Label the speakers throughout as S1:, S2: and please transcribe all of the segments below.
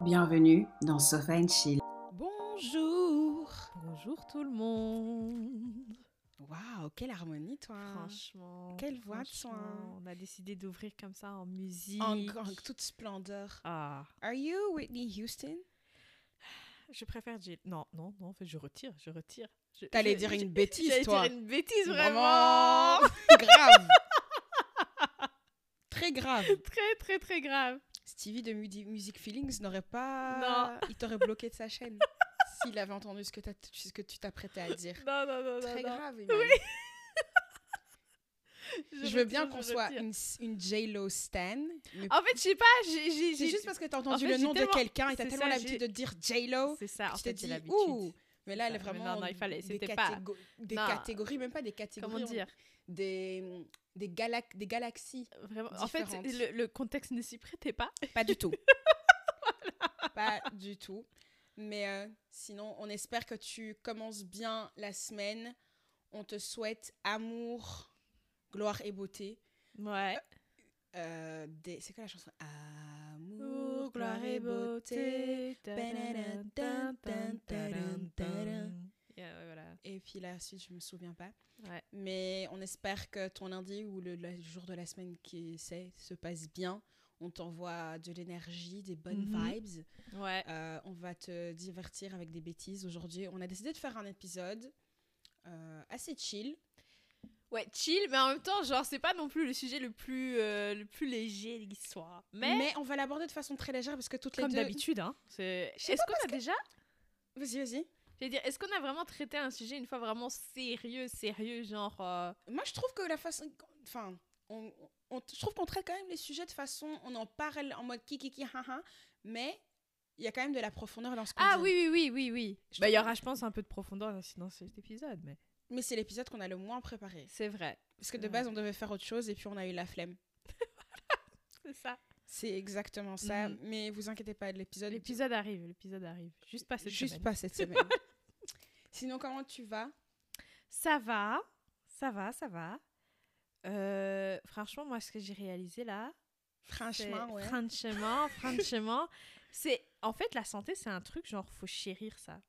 S1: Bienvenue dans Sofa and Chill.
S2: Bonjour Bonjour tout le monde
S3: Waouh, quelle harmonie toi hein.
S2: Franchement,
S3: Quelle voix de
S2: franchement,
S3: soin.
S2: On a décidé d'ouvrir comme ça en musique.
S3: Encore en toute splendeur.
S2: Ah,
S3: Are you Whitney Houston
S2: je préfère Jill. Non, non, non, en fait, je retire, je retire. Je-
S3: T'allais
S2: je-
S3: dire
S2: je-
S3: une bêtise,
S2: j'allais
S3: toi.
S2: dire une bêtise,
S3: Vraiment.
S2: vraiment
S3: Grave Très grave
S2: Très, très, très grave.
S3: Stevie de Mudi- Music Feelings n'aurait pas... Il t'aurait bloqué de sa chaîne s'il avait entendu ce que, t'as- ce que tu t'apprêtais à dire.
S2: Non, non, non, non.
S3: Très
S2: non.
S3: grave, Iman. Je, veux bien
S2: retire,
S3: qu'on
S2: je
S3: soit
S2: retire.
S3: une, une J-Lo Stan, mais
S2: En fait, je sais pas, j'ai- j'ai...
S3: c'est
S2: j'ai-
S3: juste parce que t'as entendu
S2: fait,
S3: le
S2: j'ai
S3: nom de
S2: tellement-
S3: quelqu'un et t'as
S2: c'est
S3: tellement
S2: ça,
S3: l'habitude de
S2: j'ai-
S3: dire J-Lo
S2: C'est ça, en
S3: tu t'es
S2: fait,
S3: dit
S2: c'est l'habitude.
S3: ouh mais là elle est
S2: Ça, mais
S3: vraiment
S2: non, non, il fallait-
S3: des,
S2: c'était pas-
S3: catégo- des
S2: Non.
S3: catégories même pas des catégories
S2: Comment
S3: on-
S2: dire
S3: des des, galac- des galaxies
S2: Vraiment, En fait,
S3: différentes.
S2: le, le contexte ne s'y prêtait pas.
S3: pas du tout pas du tout mais euh, sinon on espère que tu commences bien la semaine on te souhaite amour gloire et beauté
S2: Ouais.
S3: Euh, des... c'est quoi la chanson amour gloire et beauté tadadam, tadam, tadam, tadam.
S2: Yeah, ouais, voilà.
S3: Et puis la suite, je me souviens pas.
S2: Ouais.
S3: Mais on espère que ton lundi ou le, le jour de la semaine qui c'est se passe bien. On t'envoie de l'énergie, des bonnes
S2: Mhm.
S3: vibes.
S2: Ouais.
S3: Euh, on va te divertir avec des bêtises aujourd'hui. On a décidé de faire un épisode euh, assez chill.
S2: Ouais, chill, mais en même temps, genre, c'est pas non plus le sujet le plus, euh, le plus léger de l'histoire. Mais,
S3: on va l'aborder de façon très légère parce que toutes les
S2: comme
S3: deux...
S2: d'habitude, hein. c'est-
S3: Je sais
S2: Est-ce
S3: pas,
S2: qu'on a déjà.
S3: Vas-y, vas-y.
S2: Je veux dire, est-ce qu'on a vraiment traité un sujet une fois vraiment sérieux, sérieux, genre. euh,
S3: Moi, je trouve que la façon... Enfin, on, on- je trouve qu'on traite quand même les sujets de façon... On en parle en mode kikiki, haha. Mais il y a quand même de la profondeur dans ce qu'on
S2: Ah
S3: dit.
S2: oui, oui, oui, oui, oui.
S3: Je
S2: Bah, il y
S3: trouve-
S2: aura, je pense, un peu de profondeur dans- dans cet épisode, mais.
S3: Mais c'est l'épisode qu'on a le moins préparé.
S2: C'est vrai.
S3: Parce que de
S2: Ouais.
S3: base, on devait faire autre chose et puis on a eu la flemme.
S2: C'est ça.
S3: C'est exactement ça.
S2: Mhm.
S3: Mais vous inquiétez pas, Mm. l'épisode.
S2: L'épisode arrive, l'épisode arrive. Juste pas cette
S3: Juste
S2: semaine.
S3: pas cette semaine. Sinon, comment tu vas
S2: Ça va, ça va, ça va. Euh, franchement, moi, ce que j'ai réalisé là, c'est-
S3: Franchement, ouais.
S2: franchement, franchement, c'est en fait la santé, c'est un truc genre faut chérir ça.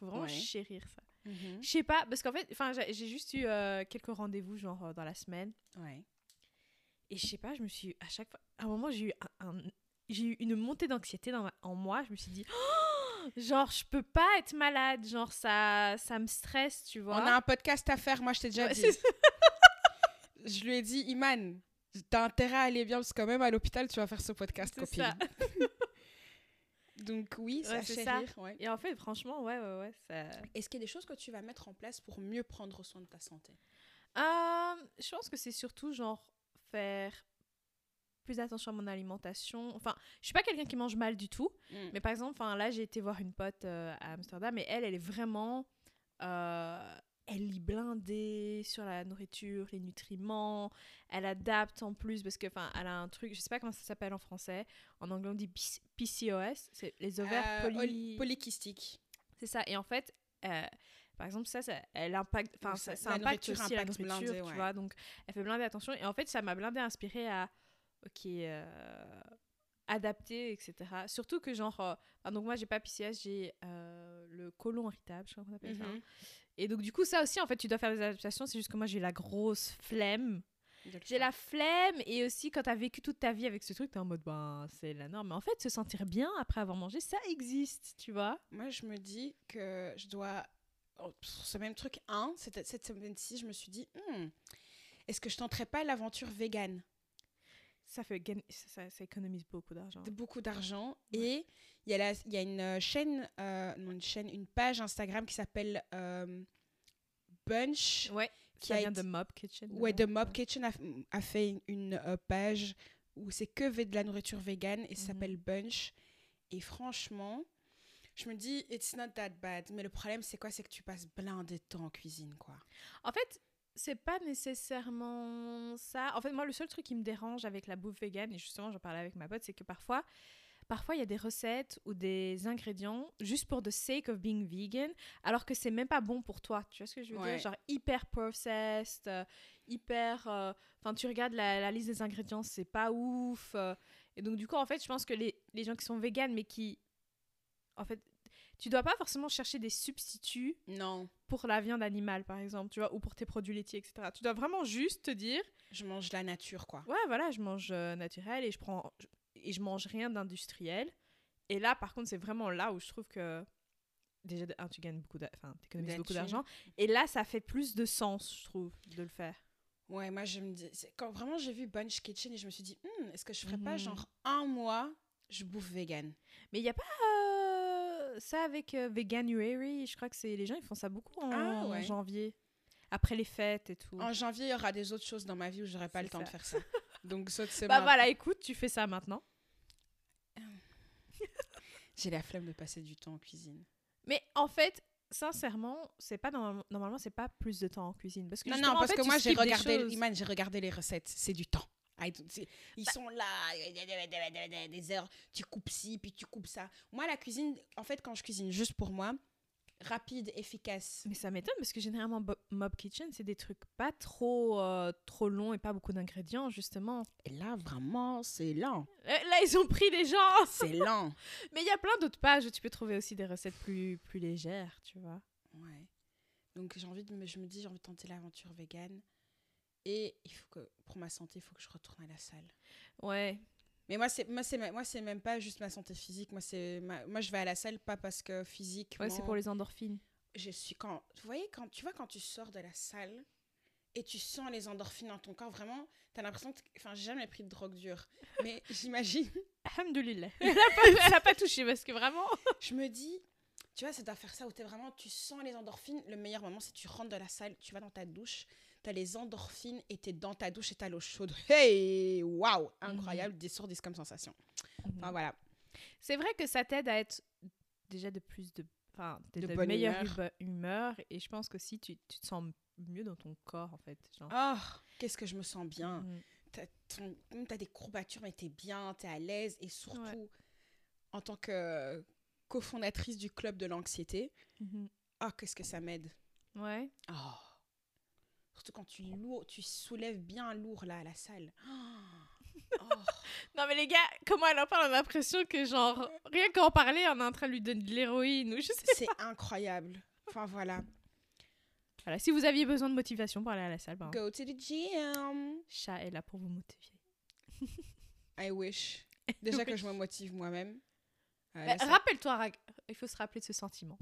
S2: Faut vraiment
S3: Ouais.
S2: chérir ça.
S3: Mhm.
S2: Je sais pas, parce qu'en fait, enfin, j'ai j'ai juste eu euh, quelques rendez-vous genre euh, dans la semaine,
S3: Ouais.
S2: et je sais pas, je me suis à chaque fois, à un moment, j'ai eu un, un- j'ai eu une montée d'anxiété dans ma- en moi. Je me suis dit, Oh genre, je peux pas être malade, genre ça, ça me stresse, tu vois.
S3: On a un podcast à faire, moi je t'ai déjà
S2: Ouais,
S3: dit.
S2: c'est ça.
S3: Je lui ai dit, Iman, t'as intérêt à aller bien parce que quand même à l'hôpital, tu vas faire ce podcast,
S2: C'est
S3: copine.
S2: ça.
S3: Donc oui, c'est
S2: Ouais,
S3: à
S2: c'est ça.
S3: chérir. ouais.
S2: Et en fait, franchement, ouais, ouais, ouais, ça.
S3: Est-ce qu'il y a des choses que tu vas mettre en place pour mieux prendre soin de ta santé
S2: Euh, je pense que c'est surtout genre faire plus attention à mon alimentation. Enfin, je suis pas quelqu'un qui mange mal du tout,
S3: Mm.
S2: mais par exemple, enfin là, j'ai été voir une pote euh, à Amsterdam et elle, elle est vraiment, euh, elle lit blindée sur la nourriture, les nutriments. Elle adapte en plus parce que, enfin, elle a un truc, je sais pas comment ça s'appelle en français. En anglais, on dit PC- PCOS, c'est les ovaires
S3: Euh,
S2: poly-
S3: ol- polykystique.
S2: C'est ça. Et en fait, euh, par exemple, ça, ça elle impacte, enfin,
S3: Donc
S2: ça,
S3: ça-
S2: ça
S3: la
S2: impacte
S3: nourriture
S2: aussi la
S3: impacte
S2: nourriture,
S3: blindé,
S2: tu
S3: ouais.
S2: vois. Donc, elle fait blindée attention. Et en fait, ça m'a blindée inspirée à, ok, euh, adapter, etc. Surtout que genre, euh, ah, donc moi, j'ai pas PCS, j'ai euh, le colon irritable, je crois qu'on appelle ça.
S3: Mhm.
S2: Et donc, du coup, ça aussi, en fait, tu dois faire des adaptations. C'est juste que moi, j'ai la grosse flemme. J'ai la flemme et aussi quand t'as vécu toute ta vie avec ce truc, t'es en mode ben c'est la norme. Mais en fait, se sentir bien après avoir mangé, ça existe, tu vois.
S3: Moi, je me dis que je dois. oh, Sur ce même truc, 1, cette, cette semaine-ci, je me suis dit Hmm, est-ce que je tenterai pas l'aventure végane
S2: Ça fait gain- ça, ça- ça économise beaucoup d'argent.
S3: de beaucoup d'argent
S2: Ouais.
S3: Et il y, a la- il y a une euh, chaîne, euh, non, une chaîne, une page Instagram qui s'appelle euh, Bunch.
S2: Ouais,
S3: qui
S2: ça
S3: a
S2: vient
S3: été-
S2: de Mob Kitchen.
S3: Ouais,
S2: de
S3: The Mob Kitchen a, a fait une euh, page où c'est que v- de la nourriture végane et ça
S2: Mhm.
S3: s'appelle Bunch. Et franchement, je me dis, it's not that bad. Mais le problème, c'est quoi C'est que tu passes plein de temps en cuisine, quoi.
S2: En fait, c'est pas nécessairement ça. En fait, moi, le seul truc qui me dérange avec la bouffe végane, et justement, j'en parlais avec ma pote, c'est que parfois, parfois il y a des recettes ou des ingrédients juste pour the sake of being vegan, alors que c'est même pas bon pour toi. Tu vois ce que je veux
S3: Ouais.
S2: dire Genre hyper processed, euh, hyper. euh, Enfin, tu regardes la, la liste des ingrédients, c'est pas ouf. euh. et donc, du coup, en fait, je pense que les, les gens qui sont véganes, mais qui. En fait, tu dois pas forcément chercher des substituts
S3: Non,
S2: pour la viande animale, par exemple, tu vois, ou pour tes produits laitiers, etc. Tu dois vraiment juste te dire,
S3: je mange la nature, quoi.
S2: ouais, voilà, je mange euh, naturel et je prends je- et je mange rien d'industriel. Et là, par contre, c'est vraiment là où je trouve que déjà, de un, tu gagnes beaucoup, d'a- enfin, t'économises
S3: Des
S2: beaucoup
S3: thunes.
S2: d'argent. Et là, ça fait plus de sens, je trouve, de le faire.
S3: Ouais, moi je me dis, c'est- quand vraiment j'ai vu Bunch Kitchen et je me suis dit, Hmm, est-ce que je ferais pas
S2: Mhm.
S3: genre un mois, je bouffe vegan
S2: Mais il y a pas euh, ça avec euh, Veganuary. Je crois que c'est les gens, ils font ça beaucoup en,
S3: Ah,
S2: en
S3: ouais.
S2: janvier, après les fêtes et tout. Bah,
S3: En janvier, il y aura des autres choses dans ma vie où j'aurai pas
S2: C'est
S3: le temps de
S2: ça.
S3: faire ça. Donc saute c'est
S2: Bah voilà, écoute, tu fais ça maintenant.
S3: J'ai la flemme de passer du temps en cuisine.
S2: Mais en fait, sincèrement, c'est pas normalement, normalement c'est pas plus de temps en cuisine parce que
S3: non, non,
S2: justement, en
S3: parce
S2: fait,
S3: que
S2: tu
S3: moi j'ai
S2: skippes des
S3: regardé,
S2: choses. Bah
S3: Iman, j'ai regardé les recettes, c'est du temps. I don't- c'est- Ils sont là, des heures, tu coupes ci, puis tu coupes ça. Moi, la cuisine, en fait, quand je cuisine juste pour moi, rapide, efficace.
S2: Mais ça m'étonne parce que généralement Bo- Mob Kitchen, c'est des trucs pas trop euh, trop longs et pas beaucoup d'ingrédients justement.
S3: Et là, vraiment, c'est lent.
S2: Euh, Là, ils ont pris des gens.
S3: C'est lent.
S2: Mais il y a plein d'autres pages où tu peux trouver aussi des recettes plus plus légères, tu vois.
S3: Ouais. Donc j'ai envie de me, je me dis j'ai envie de tenter l'aventure végane et il faut que pour ma santé il faut que je retourne à la salle.
S2: Ouais.
S3: Mais moi c'est moi c'est ma- moi c'est même pas juste ma santé physique moi c'est ma- moi je vais à la salle pas parce que physique
S2: Ouais, c'est pour les endorphines.
S3: je suis quand vous voyez quand tu vois quand tu sors de la salle et tu sens les endorphines dans ton corps vraiment t'as l'impression que- enfin j'ai jamais pris de drogue dure mais j'imagine
S2: Alhamdulillah. Elle a pas, elle a pas touché parce que vraiment.
S3: je me dis, tu vois, ça doit faire ça où t'es vraiment, tu sens les endorphines. Le meilleur moment, c'est tu rentres de la salle, tu vas dans ta douche, t'as les endorphines et t'es dans ta douche et t'as l'eau chaude. Hey, waouh, incroyable, des sourdis comme sensation. Enfin voilà.
S2: C'est vrai que ça t'aide à être déjà de plus de, enfin, t'es
S3: De
S2: de,
S3: bonne
S2: meilleure
S3: humeur.
S2: hub- humeur. et je pense que si tu, tu te sens mieux dans ton corps en fait. Genre.
S3: Oh, qu'est-ce que je me sens bien.
S2: Mm.
S3: T'as ton- même t'as des courbatures, mais t'es bien, t'es à l'aise et surtout en tant que euh, cofondatrice du club de l'anxiété, oh, qu'est-ce que ça m'aide.
S2: Mhm. Ouais.
S3: Oh. Surtout quand tu lourd, tu soulèves bien lourd là à la salle. Oh. Oh.
S2: Non mais les gars, comment elle en parle, on a l'impression que genre rien qu'en parler, on est en train de lui donner de l'héroïne ou je sais.
S3: C'est incroyable. Enfin voilà.
S2: Voilà, si vous aviez besoin de motivation pour aller à la salle, ben,
S3: Go to the gym.
S2: chat est là pour vous motiver.
S3: I wish. Déjà que je me motive moi-même. Euh, la
S2: Mais
S3: salle-
S2: Bah, Rappelle-toi, Rag- il faut se rappeler de ce sentiment.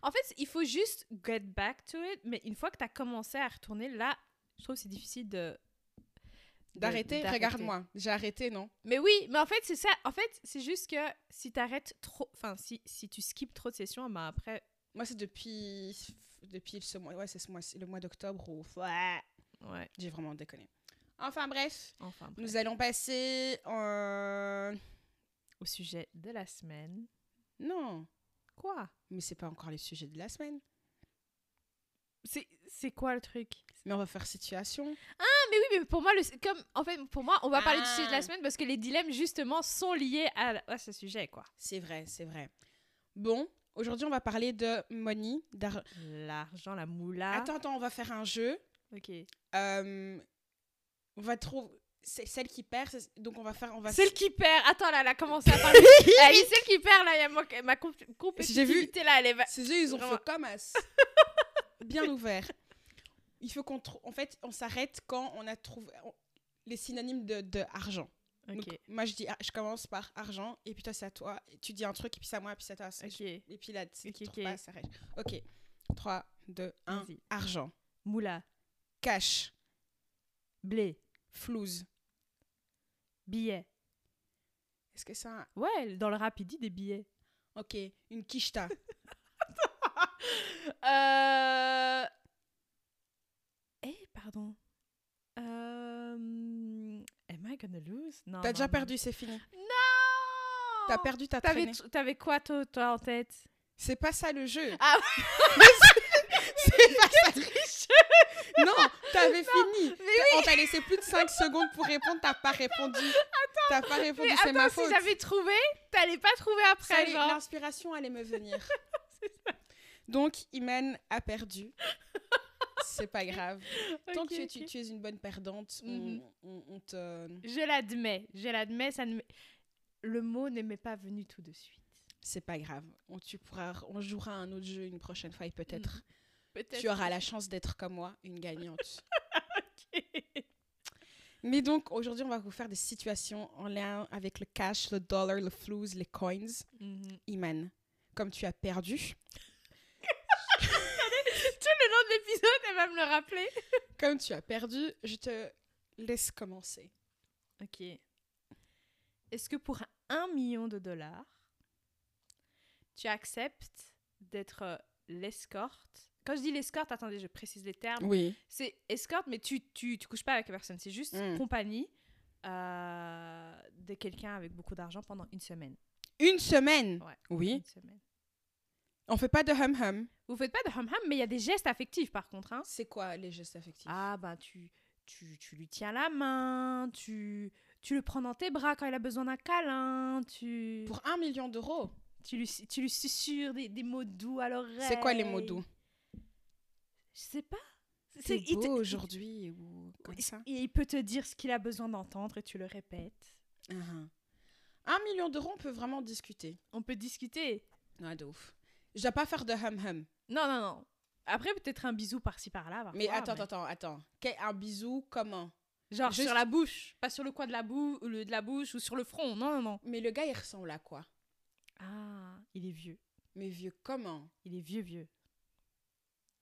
S2: En fait, il faut juste get back to it, mais une fois que tu as commencé à retourner, là, je trouve que c'est difficile de... de-
S3: D'arrêter, regarde-moi. J'ai arrêté, non
S2: Mais oui, mais en fait, c'est ça. En fait, c'est juste que si tu arrêtes trop, enfin, si, si tu skips trop de sessions, ben après...
S3: Moi, c'est depuis depuis ce mois, ouais, c'est ce mois, le mois d'octobre où ouais,
S2: Ouais,
S3: j'ai vraiment déconné. Enfin bref,
S2: enfin, bref.
S3: nous allons passer en
S2: au sujet de la semaine.
S3: non,
S2: Quoi
S3: mais c'est pas encore les sujets de la semaine.
S2: C'est c'est quoi le truc
S3: Mais on va faire situation.
S2: Ah, mais oui, mais pour moi, le, comme, en fait, pour moi, on va parler du sujet
S3: Ah.
S2: de la semaine parce que les dilemmes, justement, sont liés à, à ce sujet, quoi.
S3: C'est vrai, c'est vrai. Bon, aujourd'hui, on va parler de money. d'ar-
S2: L'argent, la moula.
S3: Attends, attends, on va faire un jeu.
S2: Ok.
S3: Euh, on va trouver. C'est celle qui perd, c'est- donc on va faire. On va Eh,
S2: Celle qui perd. Attends, là, elle a commencé à parler. elle est celle qui perd, là. Il y a moi- ma comp- compétitivité, là, elle est. va-
S3: Ces yeux, ils ont
S2: Vraiment.
S3: fait comme as. Bien ouvert. Il faut qu'on. trou- En fait, on s'arrête quand on a trouvé on- les synonymes de, de argent.
S2: Ok.
S3: Donc, moi, je dis, ah, je commence par argent, et puis toi, c'est à toi. Et tu dis un truc, et puis c'est à moi, et puis c'est à toi.
S2: Ok.
S3: Et puis là, si
S2: Ok,
S3: tu
S2: ok.
S3: trouves pas, ça reste. Ok. 3, 2, 1.
S2: Vas-y.
S3: Argent.
S2: Moula,
S3: Cash.
S2: blé,
S3: Flouze.
S2: billet.
S3: Est-ce que ça.
S2: Ouais, dans le rap, il dit des billets.
S3: Ok. Une quicheta.
S2: Euh. Eh, pardon. Euh. Am I gonna lose? Non.
S3: T'as
S2: non,
S3: déjà
S2: non.
S3: perdu, c'est fini.
S2: Non!
S3: T'as perdu, t'as
S2: Oh, T'avais,
S3: traîné.
S2: t'avais quoi toi, toi, en tête
S3: C'est pas ça le jeu.
S2: Ah.
S3: C'est pas ça. Non, t'as avais fini.
S2: Mais
S3: On t'a laissé plus de 5 secondes pour répondre, t'as pas répondu. T'as pas répondu,
S2: Mais
S3: c'est ma
S2: attends,
S3: faute.
S2: si j'avais trouvé, t'allais pas trouver
S3: Ça
S2: après,
S3: allait-
S2: genre.
S3: L'inspiration allait me venir. Donc, Iman a perdu. C'est pas grave. Tant
S2: Ok,
S3: que tu es-
S2: ok.
S3: tu, tu es une bonne perdante, on-
S2: Mhm.
S3: on, on te...
S2: Je l'admets, je l'admets, ça ne... m'est- Le mot ne m'est pas venu tout de suite.
S3: C'est pas grave. On, tu pourras, on jouera à un autre jeu une prochaine fois et peut-être
S2: Peut-être.
S3: tu auras la chance d'être comme moi, une gagnante. Mais donc, aujourd'hui, on va vous faire des situations en lien avec le cash, le dollar, le flouze, les coins.
S2: Mhm.
S3: Iman, comme tu as perdu,
S2: Le nom de l'épisode, elle va me le rappeler.
S3: comme tu as perdu, je te laisse commencer.
S2: Ok. Est-ce que pour un million de dollars, tu acceptes d'être euh, l'escorte Quand je dis l'escorte, attendez, je précise les termes.
S3: Oui.
S2: C'est escorte, mais tu, tu, tu couches pas avec la personne, c'est juste
S3: Mm.
S2: compagnie euh, de quelqu'un avec beaucoup d'argent pendant une semaine.
S3: Une semaine
S2: Ouais.
S3: Oui.
S2: Une semaine.
S3: On fait pas de hum-hum.
S2: Vous faites pas de hum hum, mais il y a des gestes affectifs par contre. Hein.
S3: C'est quoi les gestes affectifs
S2: Ah ben tu, tu, tu lui tiens la main, tu, tu le prends dans tes bras quand il a besoin d'un câlin, tu,
S3: Pour un million d'euros,
S2: tu, lui, su- tu lui susurres des, des mots doux à l'oreille.
S3: c'est quoi les mots doux
S2: Je sais pas.
S3: C'est
S2: il te-
S3: beau
S2: il-
S3: aujourd'hui ou comme
S2: il-
S3: ça
S2: il peut te dire ce qu'il a besoin d'entendre et tu le répètes.
S3: Ah, ah. Un million d'euros, on peut vraiment discuter.
S2: On peut discuter.
S3: Ah, de ouf. Je dois pas faire de hum hum-hum.
S2: Non, non, non. Après, peut-être un bisou par-ci par-là.
S3: Mais
S2: parfois,
S3: attends, attends, attends. Quel- Un bisou, comment
S2: Genre
S3: Juste-
S2: sur la bouche, pas sur le coin de la, bou- ou le- de la bouche ou sur le front. Non, non, non.
S3: Mais le gars, il ressemble à quoi
S2: Ah, il est vieux.
S3: Mais vieux, comment
S2: Il est vieux, vieux.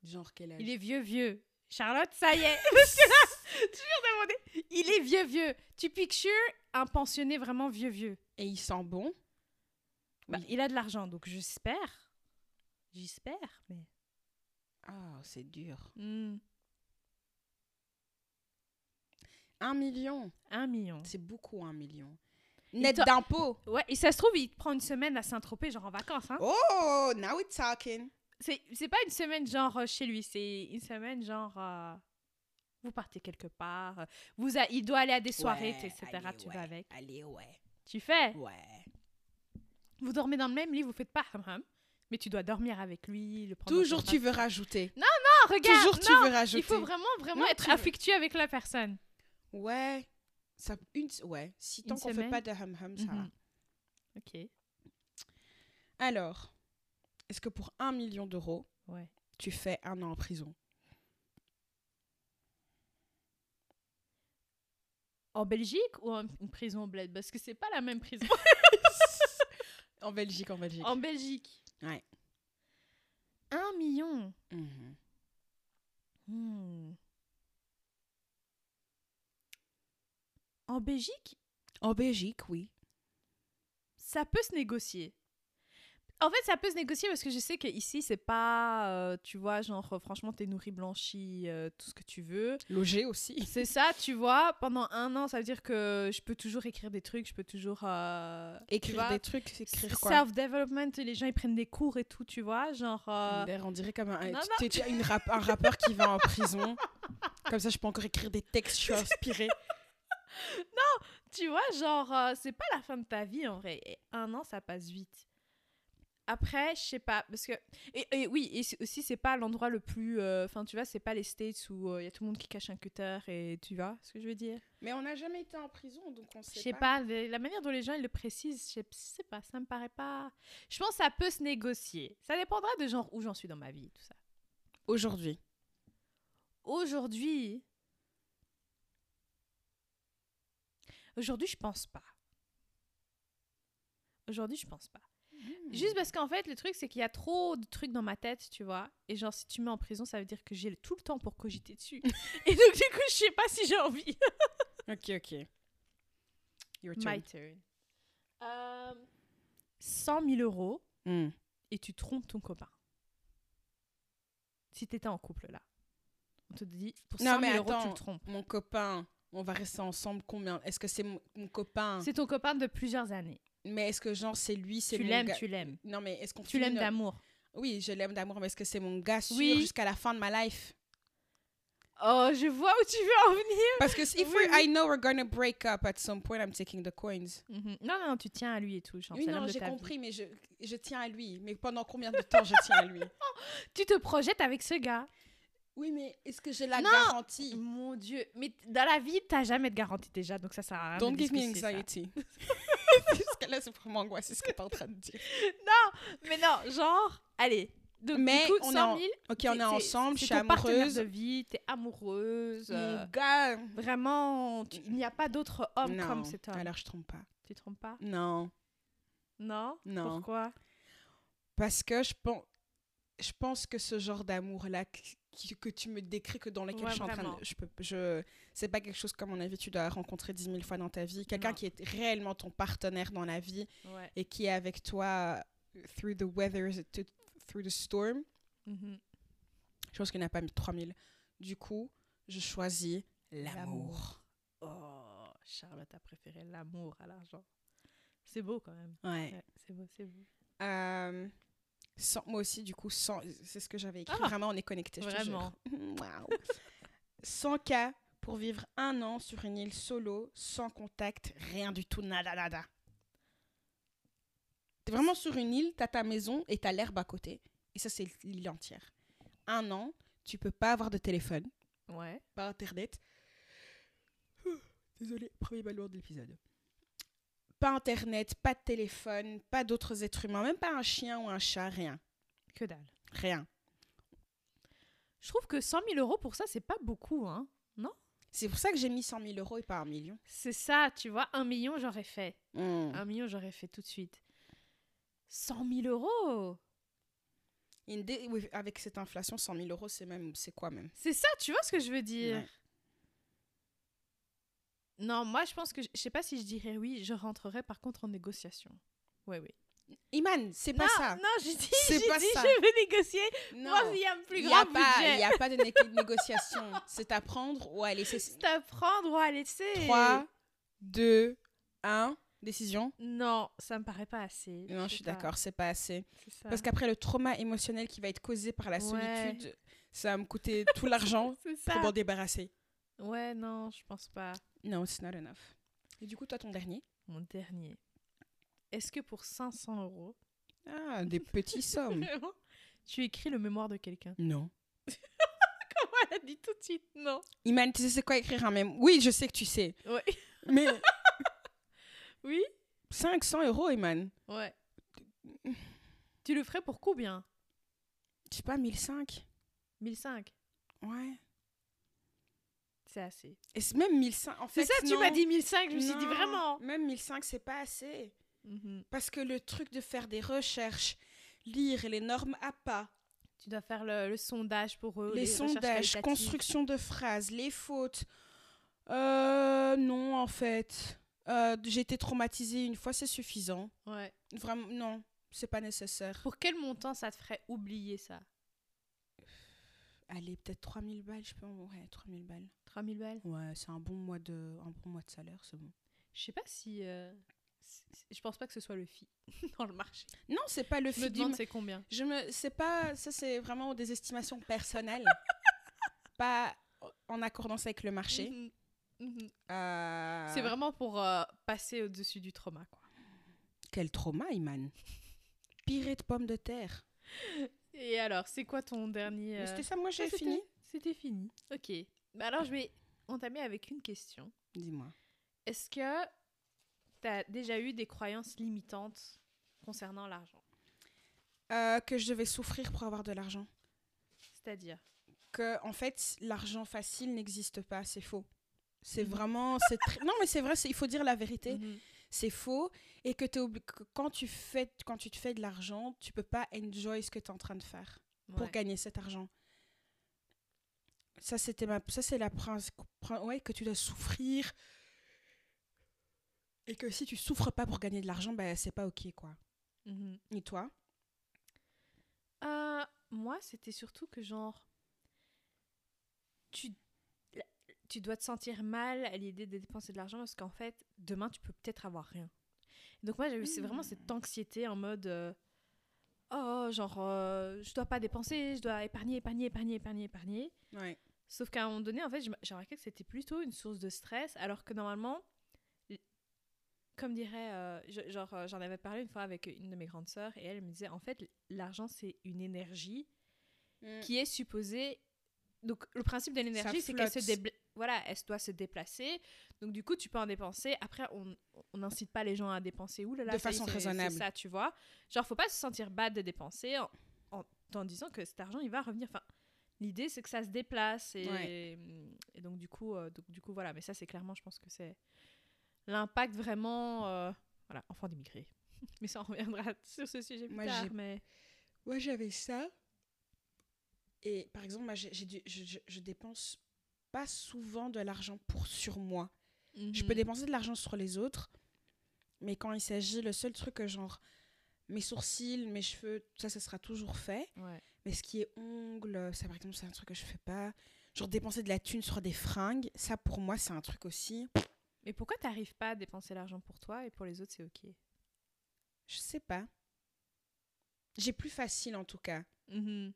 S3: Genre quel âge
S2: Il est vieux, vieux. Charlotte, ça y est. Parce que là, toujours demandé. Il est vieux, vieux. Tu pictures un pensionné vraiment vieux, vieux.
S3: Et il sent bon
S2: Bah,
S3: Oui.
S2: Il a de l'argent, donc j'espère. J'espère, mais.
S3: Ah, c'est dur.
S2: Hmm,
S3: Un million
S2: un million.
S3: C'est beaucoup, un million. Net
S2: t'a-
S3: d'impôts
S2: Ouais, et ça se trouve, il te prend une semaine à Saint-Tropez, genre en vacances. Hein.
S3: Oh, now we're talking
S2: C'est c'est pas une semaine genre euh, chez lui, c'est une semaine genre. euh, vous partez quelque part. euh, Vous a- il doit aller à des soirées,
S3: Ouais,
S2: etc.
S3: allez,
S2: tu
S3: ouais,
S2: vas avec.
S3: Allez, ouais.
S2: Tu fais.
S3: Ouais.
S2: Vous dormez dans le même lit, vous faites pas hum hum. Mais tu dois dormir avec lui, le prendre dans
S3: Toujours
S2: tes
S3: tu
S2: bras.
S3: veux rajouter.
S2: Non, regarde,
S3: Toujours tu
S2: non,
S3: veux rajouter.
S2: Il faut vraiment, vraiment
S3: Non, tu
S2: être
S3: veux-
S2: affectueux avec la personne.
S3: Ouais. Ça, une, ouais. Si tant
S2: Une
S3: qu'on fait
S2: semaine.
S3: pas de hum-hum, ça va.
S2: Mhm. Ok,
S3: Alors, est-ce que pour un million d'euros,
S2: ouais.
S3: tu fais un an en prison
S2: En Belgique ou en une prison au bled Parce que c'est pas la même prison.
S3: En Belgique, en Belgique.
S2: en Belgique.
S3: Ouais.
S2: Un million.
S3: Mhm.
S2: Hmm. En Belgique,
S3: En Belgique, oui.
S2: ça peut se négocier. En fait, ça peut se négocier parce que je sais qu'ici, c'est pas, euh, tu vois, genre, euh, franchement, t'es nourri, blanchi, euh, tout ce que tu veux.
S3: Logé aussi.
S2: C'est ça, tu vois, pendant un an, ça veut dire que je peux toujours écrire des trucs, je peux toujours... euh, tu
S3: Écrire
S2: vois,
S3: des trucs, c'est écrire quoi
S2: Self-development, les gens ils prennent des cours et tout, tu vois. Genre. euh,
S3: D'ailleurs, On dirait comme un,
S2: Non,
S3: tu- tu- tu- une rap- un rappeur qui va en prison. Comme ça, je peux encore écrire des textes, je suis inspirée.
S2: tu vois, genre, euh, c'est pas la fin de ta vie en vrai. Et un an, ça passe vite. Après, je sais pas, parce que. Et, et oui, et c'est- aussi, c'est pas l'endroit le plus. euh, Enfin, tu vois, c'est pas les States où il y a tout le monde qui cache un cutter et tu vois ce que je veux dire.
S3: Mais on n'a jamais été en prison, donc on
S2: Je sais pas, le- la manière dont les gens ils le précisent, je sais- je sais pas, ça me paraît pas. Je pense que ça peut se négocier. Ça dépendra de genre où j'en suis dans ma vie, tout ça.
S3: Aujourd'hui.
S2: Aujourd'hui. Aujourd'hui, je pense pas. Aujourd'hui, je pense pas.
S3: Hmm.
S2: Juste parce qu'en fait, le truc, c'est qu'il y a trop de trucs dans ma tête, tu vois. Et genre, si tu me mets en prison, ça veut dire que j'ai le- tout le temps pour cogiter dessus. Et donc, du coup, je sais pas si j'ai envie.
S3: Ok, ok. Your turn.
S2: My turn. Euh, 100 000 euros
S3: Mm.
S2: et tu trompes ton copain. Si t'étais en couple, là. On te dit, pour
S3: Non,
S2: 100
S3: mais
S2: 000 euros, tu
S3: attends.
S2: le trompes.
S3: Mon copain, on va rester ensemble combien Est-ce que c'est mon, mon copain
S2: C'est ton copain de plusieurs années.
S3: Mais est-ce que genre c'est lui, c'est
S2: Tu
S3: mon
S2: l'aimes,
S3: gars
S2: tu l'aimes.
S3: Non, mais est-ce qu'on
S2: Tu l'aimes
S3: finit notre-
S2: d'amour.
S3: Oui, je l'aime d'amour, mais est-ce que c'est mon gars sûr
S2: Oui.
S3: jusqu'à la fin de ma life
S2: Oh, je vois où tu veux en venir.
S3: Parce que if
S2: Oui,
S3: we-
S2: oui.
S3: I know we're gonna break up at some point, I'm taking the coins.
S2: Mhm. Non, non, tu tiens à lui et tout. genre,
S3: Oui,
S2: c'est l'homme
S3: non,
S2: de
S3: j'ai
S2: ta vie.
S3: compris, mais je, je tiens à lui. Mais pendant combien de temps je tiens à lui
S2: Tu te projettes avec ce gars.
S3: Oui, mais est-ce que je la
S2: Non.
S3: garantie
S2: Mon Dieu. Mais dans la vie, t'as jamais de garantie déjà, donc ça sert à rien.
S3: Don't
S2: de
S3: give me
S2: discuter ça.
S3: anxiety. Parce que là, c'est vraiment angoissé ce que t'es en train de dire.
S2: Mais non, genre, allez. Donc,
S3: Mais
S2: du coup,
S3: on est
S2: 100
S3: en-
S2: 000,
S3: Ok, on est,
S2: c'est-
S3: ensemble, je
S2: c'est
S3: suis
S2: ton partenaire
S3: amoureuse. Mm.
S2: de vie, t'es amoureuse. euh,
S3: Mon gars.
S2: Vraiment, tu- il n'y a pas d'autre homme
S3: non,
S2: comme cet homme.
S3: alors je trompe pas.
S2: Tu te trompes pas
S3: Non,
S2: Non
S3: non.
S2: Pourquoi
S3: Parce que je pense, je pense que ce genre d'amour-là qui- que tu me décris, que dans lequel
S2: Ouais,
S3: je suis en train
S2: vraiment.
S3: de... Je peux, je, c'est pas quelque chose, comme mon avis, tu dois rencontrer 10 000 fois dans ta vie. Quelqu'un
S2: Non.
S3: qui est réellement ton partenaire dans la vie
S2: Ouais.
S3: et qui est avec toi euh, through the weather, to- through the storm.
S2: Mhm.
S3: Je pense qu'il n'y en a pas 3000. Du coup, je choisis l'amour.
S2: Oh, Charlotte a préféré l'amour à l'argent. C'est beau quand même.
S3: Ouais.
S2: Ouais, c'est beau, c'est beau.
S3: Euh, sans, moi aussi, du coup, sans, c'est ce que j'avais écrit.
S2: Ah,
S3: vraiment, on est connectés. je te
S2: vraiment.
S3: jure. Waouh. 100 cas pour vivre un an sur une île solo, sans contact, rien du tout, nada, nada. T'es vraiment sur une île, t'as ta maison et t'as l'herbe à côté. Et ça, c'est l'île entière. Un an, tu peux pas avoir de téléphone,
S2: Ouais.
S3: pas internet. Désolé, premier balourd de l'épisode. Pas internet, pas de téléphone, pas d'autres êtres humains, même pas un chien ou un chat, rien.
S2: Que dalle.
S3: Rien.
S2: Je trouve que 100 000 euros pour ça, c'est pas beaucoup, hein.
S3: C'est pour ça que j'ai mis 100 000 euros et pas un million.
S2: C'est ça, tu vois, un million, j'aurais fait.
S3: Mm.
S2: Un million, j'aurais fait tout de suite. 100 000 euros
S3: Une dé- oui, avec cette inflation, 100 000 euros, c'est même, c'est quoi même
S2: C'est ça, tu vois ce que je veux dire
S3: Ouais.
S2: Non, moi, je pense que... Je je sais pas si je dirais oui, je rentrerais par contre en négociation. Ouais, oui.
S3: Iman, c'est pas
S2: non,
S3: ça.
S2: non, j'ai dit, j'ai
S3: C'est
S2: dit,
S3: pas ça.
S2: je veux négocier.
S3: Non,
S2: Moi, il y a un plus
S3: il y
S2: grand
S3: a pas,
S2: budget.
S3: il y a pas de né- négociation. C'est à prendre ou à laisser.
S2: C'est à prendre ou à laisser.
S3: 3, 2, 1, décision.
S2: Non, ça me paraît pas assez.
S3: Non, je
S2: sais
S3: suis
S2: pas,
S3: d'accord, c'est pas assez.
S2: c'est ça.
S3: Parce qu'après le trauma émotionnel qui va être causé par la
S2: Ouais.
S3: solitude, ça va me coûter tout l'argent
S2: C'est ça.
S3: pour m'en débarrasser.
S2: Ouais, non, je pense pas.
S3: Non, it's not enough. Et du coup, toi, ton dernier
S2: Mon dernier. Est-ce que pour 500 euros,
S3: Ah, des petits sommes.
S2: vraiment, tu écris le mémoire de quelqu'un
S3: Non.
S2: Comment elle a dit tout de suite non
S3: Iman, tu sais c'est quoi écrire un même Oui, je sais que tu sais.
S2: Ouais.
S3: Mais
S2: Oui
S3: 500 euros, Iman.
S2: Ouais. tu le ferais pour combien
S3: Je sais pas, 1005
S2: 1005
S3: Ouais.
S2: C'est assez.
S3: Et c'est même 1005, en fait.
S2: C'est ça, tu
S3: non.
S2: m'as dit 1005, je me suis dit
S3: Non,
S2: vraiment.
S3: Même 1005, c'est pas assez.
S2: Mhm.
S3: Parce que le truc de faire des recherches, lire les normes APA,
S2: Tu dois faire le, le sondage pour eux.
S3: les,
S2: recherches
S3: sondages,
S2: qualitatives.
S3: construction de phrases, les fautes. Euh, non, en fait. Euh, J'ai été traumatisée une fois, c'est suffisant.
S2: Ouais.
S3: Vraiment, non, c'est pas nécessaire.
S2: Pour quel montant ça te ferait oublier ça
S3: Allez, peut-être 3000 balles, je peux. Ouais, 3000 balles.
S2: 3000 balles
S3: Ouais, c'est un bon mois de, un bon mois de salaire, c'est bon.
S2: Je sais pas si. euh, c- c- Je pense pas que ce soit le FI dans le marché.
S3: Non, c'est pas le
S2: Je me
S3: film.
S2: demande c'est combien.
S3: Je me, c'est pas, ça c'est vraiment des estimations personnelles, pas en accordance avec le marché.
S2: Mhm. Mhm.
S3: Euh,
S2: C'est vraiment pour euh, passer au-dessus du trauma, quoi.
S3: Quel trauma, Iman. Pirée de pommes de terre.
S2: Et alors, c'est quoi ton dernier.
S3: Mais
S2: euh,
S3: C'était ça, moi
S2: ah,
S3: j'ai
S2: c'était-
S3: fini.
S2: C'était fini. Ok. Bah alors, je vais entamer avec une question.
S3: Dis-moi.
S2: Est-ce que t'as déjà eu des croyances limitantes concernant l'argent
S3: Euh, que je devais souffrir pour avoir de l'argent.
S2: C'est-à-dire
S3: Que en fait, l'argent facile n'existe pas, c'est faux. C'est
S2: Mhm.
S3: vraiment, c'est très- non mais c'est vrai, c'est- il faut dire la vérité.
S2: Mhm.
S3: c'est faux et que, t'es obli- que quand, tu fais, quand tu te fais de l'argent, tu peux pas enjoy ce que tu es en train de faire pour
S2: Ouais.
S3: gagner cet argent. Ça, c'était ma, ça c'est la prince, prin- ouais, que tu dois souffrir et que si tu souffres pas pour gagner de l'argent, bah, c'est pas ok quoi.
S2: Mhm.
S3: Et toi
S2: Euh, moi, c'était surtout que genre, tu, la- tu dois te sentir mal à l'idée de dépenser de l'argent parce qu'en fait, demain, tu peux peut-être avoir rien. Donc moi, j'ai eu c'est vraiment cette anxiété en mode, euh, oh, genre, euh, je dois pas dépenser, je dois épargner, épargner, épargner, épargner, épargner. Sauf qu'à un moment donné, en fait, je m- j'ai remarqué que c'était plutôt une source de stress, alors que normalement, l- comme dirait, euh, je- genre, euh, j'en avais parlé une fois avec une de mes grandes sœurs, et elle me disait, en fait, l'argent, c'est une énergie
S3: Mm.
S2: qui est supposée. Donc, le principe de l'énergie, c'est qu'elle
S3: flotte.
S2: se débla- voilà, elle doit se déplacer. Donc, du coup, tu peux en dépenser. Après, on on n'incite pas les gens à dépenser. Ouh là là,
S3: De
S2: ça y est,
S3: façon
S2: c'est-
S3: raisonnable.
S2: C'est ça, tu vois. Genre, faut pas se sentir bad de dépenser en, en, en disant que cet argent, il va revenir. Enfin, l'idée, c'est que ça se déplace. Et, et donc, du coup, euh, donc, du coup, voilà. Mais ça, c'est clairement, je pense que c'est l'impact vraiment. euh, voilà, enfant d'immigrés. mais ça, on reviendra sur ce sujet plus
S3: Moi,
S2: tard.
S3: j'ai-
S2: Mais...
S3: Ouais, j'avais ça. Et par exemple, moi, j'ai, j'ai du- je, je- je dépense pas souvent de l'argent pour sur moi. Je peux
S2: Mhm.
S3: dépenser de l'argent sur les autres, mais quand il s'agit, le seul truc que genre mes sourcils, mes cheveux, tout ça, ça sera toujours fait.
S2: Ouais.
S3: Mais ce qui est ongles, euh, ça par exemple, c'est un truc que je fais pas. Genre dépenser de la thune sur des fringues, ça pour moi, c'est un truc aussi.
S2: Mais pourquoi t'arrives pas à dépenser l'argent pour toi et pour les autres c'est ok
S3: Je sais pas. J'ai plus facile en tout cas.
S2: Mm-hmm.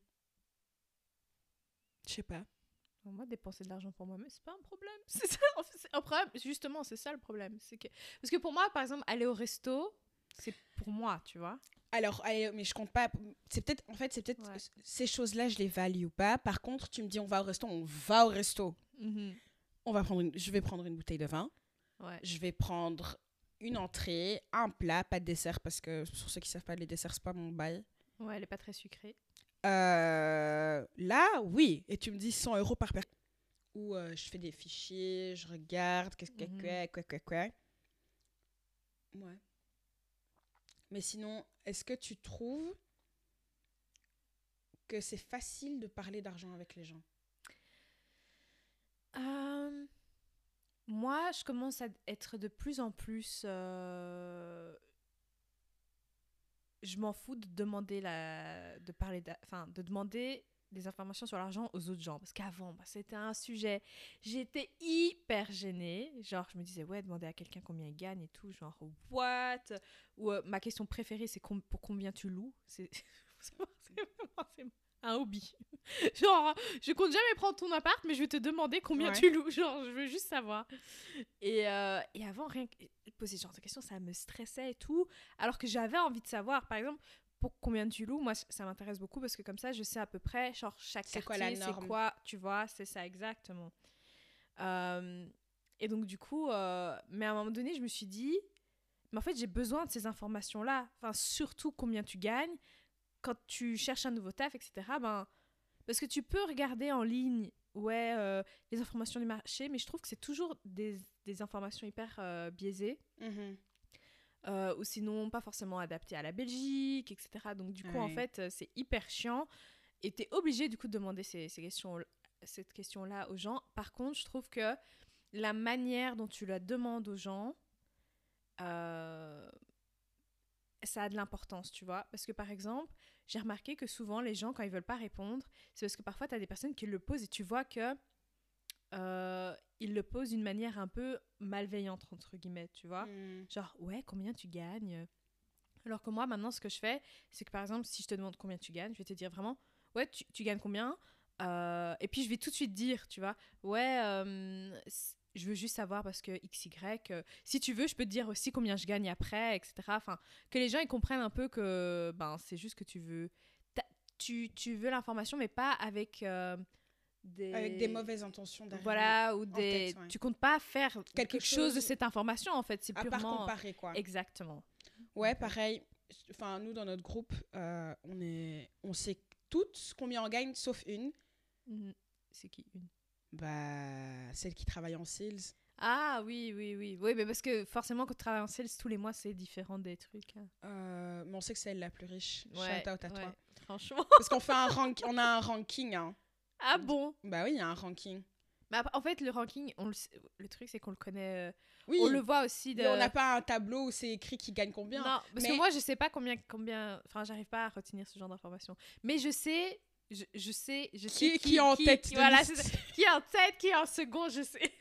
S3: Je sais pas.
S2: Pour Moi dépenser de l'argent pour moi-même c'est pas un problème. C'est ça en fait, c'est un problème. Justement c'est ça le problème. C'est que parce que pour moi par exemple aller au resto c'est pour moi tu vois.
S3: Alors, allez, mais je compte pas. C'est peut-être, en fait, c'est peut-être
S2: Ouais.
S3: ces choses-là, je les value pas. Par contre, tu me dis, on va au resto, on va au resto. On va prendre, une- je vais prendre une bouteille de vin.
S2: Mm-hmm. Ouais.
S3: Je vais prendre une entrée, un plat, pas de dessert parce que pour ceux qui savent pas, les desserts c'est pas mon bail.
S2: Ouais elle est pas très sucrée.
S3: Euh, là, oui. Et tu me dis 100 euros par personne. Ou euh, je fais des fichiers, je regarde, qu'est-ce que
S2: Mhm.
S3: quoi, quoi, quoi, quoi. Ouais. Mais sinon, est-ce que tu trouves que c'est facile de parler d'argent avec les gens
S2: Euh, Moi je commence à être de plus en plus euh, je m'en fous de demander la de parler d'a- enfin de demander des informations sur l'argent aux autres gens parce qu'avant bah, c'était un sujet j'étais hyper gênée genre je me disais ouais demander à quelqu'un combien il gagne et tout genre what ou euh, ma question préférée c'est com- pour combien tu loues c'est c'est vraiment- c'est vraiment un hobby genre je compte jamais prendre ton appart mais je vais te demander combien
S3: Ouais.
S2: tu loues genre je veux juste savoir et, euh, et avant rien que poser ce genre de questions ça me stressait et tout alors que j'avais envie de savoir par exemple pour combien tu loues moi c- ça m'intéresse beaucoup parce que comme ça je sais à peu près genre chaque
S3: C'est
S2: quartier
S3: quoi la norme
S2: c'est quoi tu vois c'est ça exactement Euh, et donc du coup euh, mais à un moment donné je me suis dit mais en fait j'ai besoin de ces informations là enfin surtout combien tu gagnes quand tu cherches un nouveau taf etc ben parce que tu peux regarder en ligne ouais euh, les informations du marché mais je trouve que c'est toujours des, des informations hyper euh, biaisées
S3: Mmh
S2: euh, ou sinon pas forcément adapté à la Belgique, etc. Donc du coup, en
S3: Ouais.
S2: fait, euh, c'est hyper chiant. Et t'es obligé du coup de demander ces, ces questions, cette question-là aux gens. Par contre, je trouve que la manière dont tu la demandes aux gens, euh, ça a de l'importance, tu vois. Parce que par exemple, j'ai remarqué que souvent les gens, quand ils veulent pas répondre, c'est parce que parfois tu as des personnes qui le posent et tu vois que euh, ils le posent d'une manière un peu malveillante, entre guillemets, tu vois.
S3: Mhm.
S2: Genre, ouais, combien tu gagnes Alors que moi, maintenant, ce que je fais, c'est que par exemple, si je te demande combien tu gagnes, je vais te dire vraiment, ouais, tu, tu gagnes combien Euh, Et puis, je vais tout de suite dire, tu vois, ouais, euh, c- je veux juste savoir parce que XY, euh, si tu veux, je peux te dire aussi combien je gagne après, etc. Enfin, que les gens, ils comprennent un peu que, ben, c'est juste que tu veux. t'as- Tu, tu veux l'information, mais pas avec. euh, des...
S3: Avec des mauvaises intentions derrière.
S2: Voilà, ou des.
S3: tête, ouais.
S2: Tu comptes pas faire quelque,
S3: Quelque
S2: chose... de
S3: chose-
S2: cette information, en fait. C'est
S3: À
S2: purement. euh,
S3: part comparer quoi.
S2: Exactement.
S3: Ouais,
S2: Donc, euh,
S3: pareil. Enfin, nous, dans notre groupe, euh, on, est... on sait toutes combien on gagne, sauf une.
S2: Mhm. C'est qui une
S3: Bah, celle qui travaille en sales.
S2: Ah oui, oui, oui. Oui, mais parce que forcément, quand tu travailles en sales, tous les mois, c'est différent des trucs. hein.
S3: Euh, mais on sait que c'est elle la plus riche. Shout out à
S2: ouais,
S3: toi.
S2: Franchement.
S3: Parce qu'on fait un rank... on a un ranking. Hein.
S2: Ah bon
S3: Bah oui, il y a un ranking.
S2: Mais après- en fait, le ranking, on le, sait- le truc, c'est qu'on le connaît. euh,
S3: Oui,
S2: On le voit aussi. De...
S3: mais on n'a pas un tableau où c'est écrit qui gagne combien.
S2: Non, parce que
S3: mais-
S2: moi, je sais pas combien. combien... Enfin, j'arrive pas à retenir ce genre d'informations. Mais je sais. Je, je sais. Je sais
S3: Qui, est- qui est en
S2: qui-
S3: tête
S2: qui-
S3: de
S2: voilà,
S3: liste.
S2: c'est ça. Qui est en tête, qui est en second, je sais.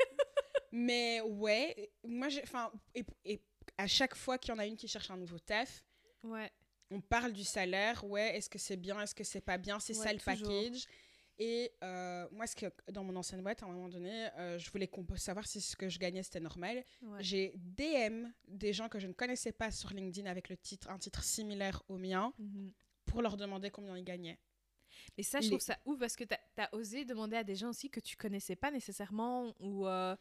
S3: Mais ouais, moi, j'ai- enfin, et, et à chaque fois qu'il y en a une qui cherche un nouveau taf,
S2: Ouais.
S3: on parle du salaire, ouais, est-ce que c'est bien, est-ce que c'est pas bien, c'est
S2: Ouais,
S3: ça le
S2: toujours.
S3: package. Et euh, moi, ce que, dans mon ancienne boîte, à un moment donné, euh, je voulais qu'on peut savoir si ce que je gagnais c'était normal.
S2: Ouais.
S3: J'ai DM des gens que je ne connaissais pas sur LinkedIn avec le titre, un titre similaire au mien
S2: Mhm.
S3: pour leur demander combien ils gagnaient.
S2: Et ça, je
S3: Les-
S2: trouve ça ouf parce que t'as as osé demander à des gens aussi que tu connaissais pas nécessairement ou. euh,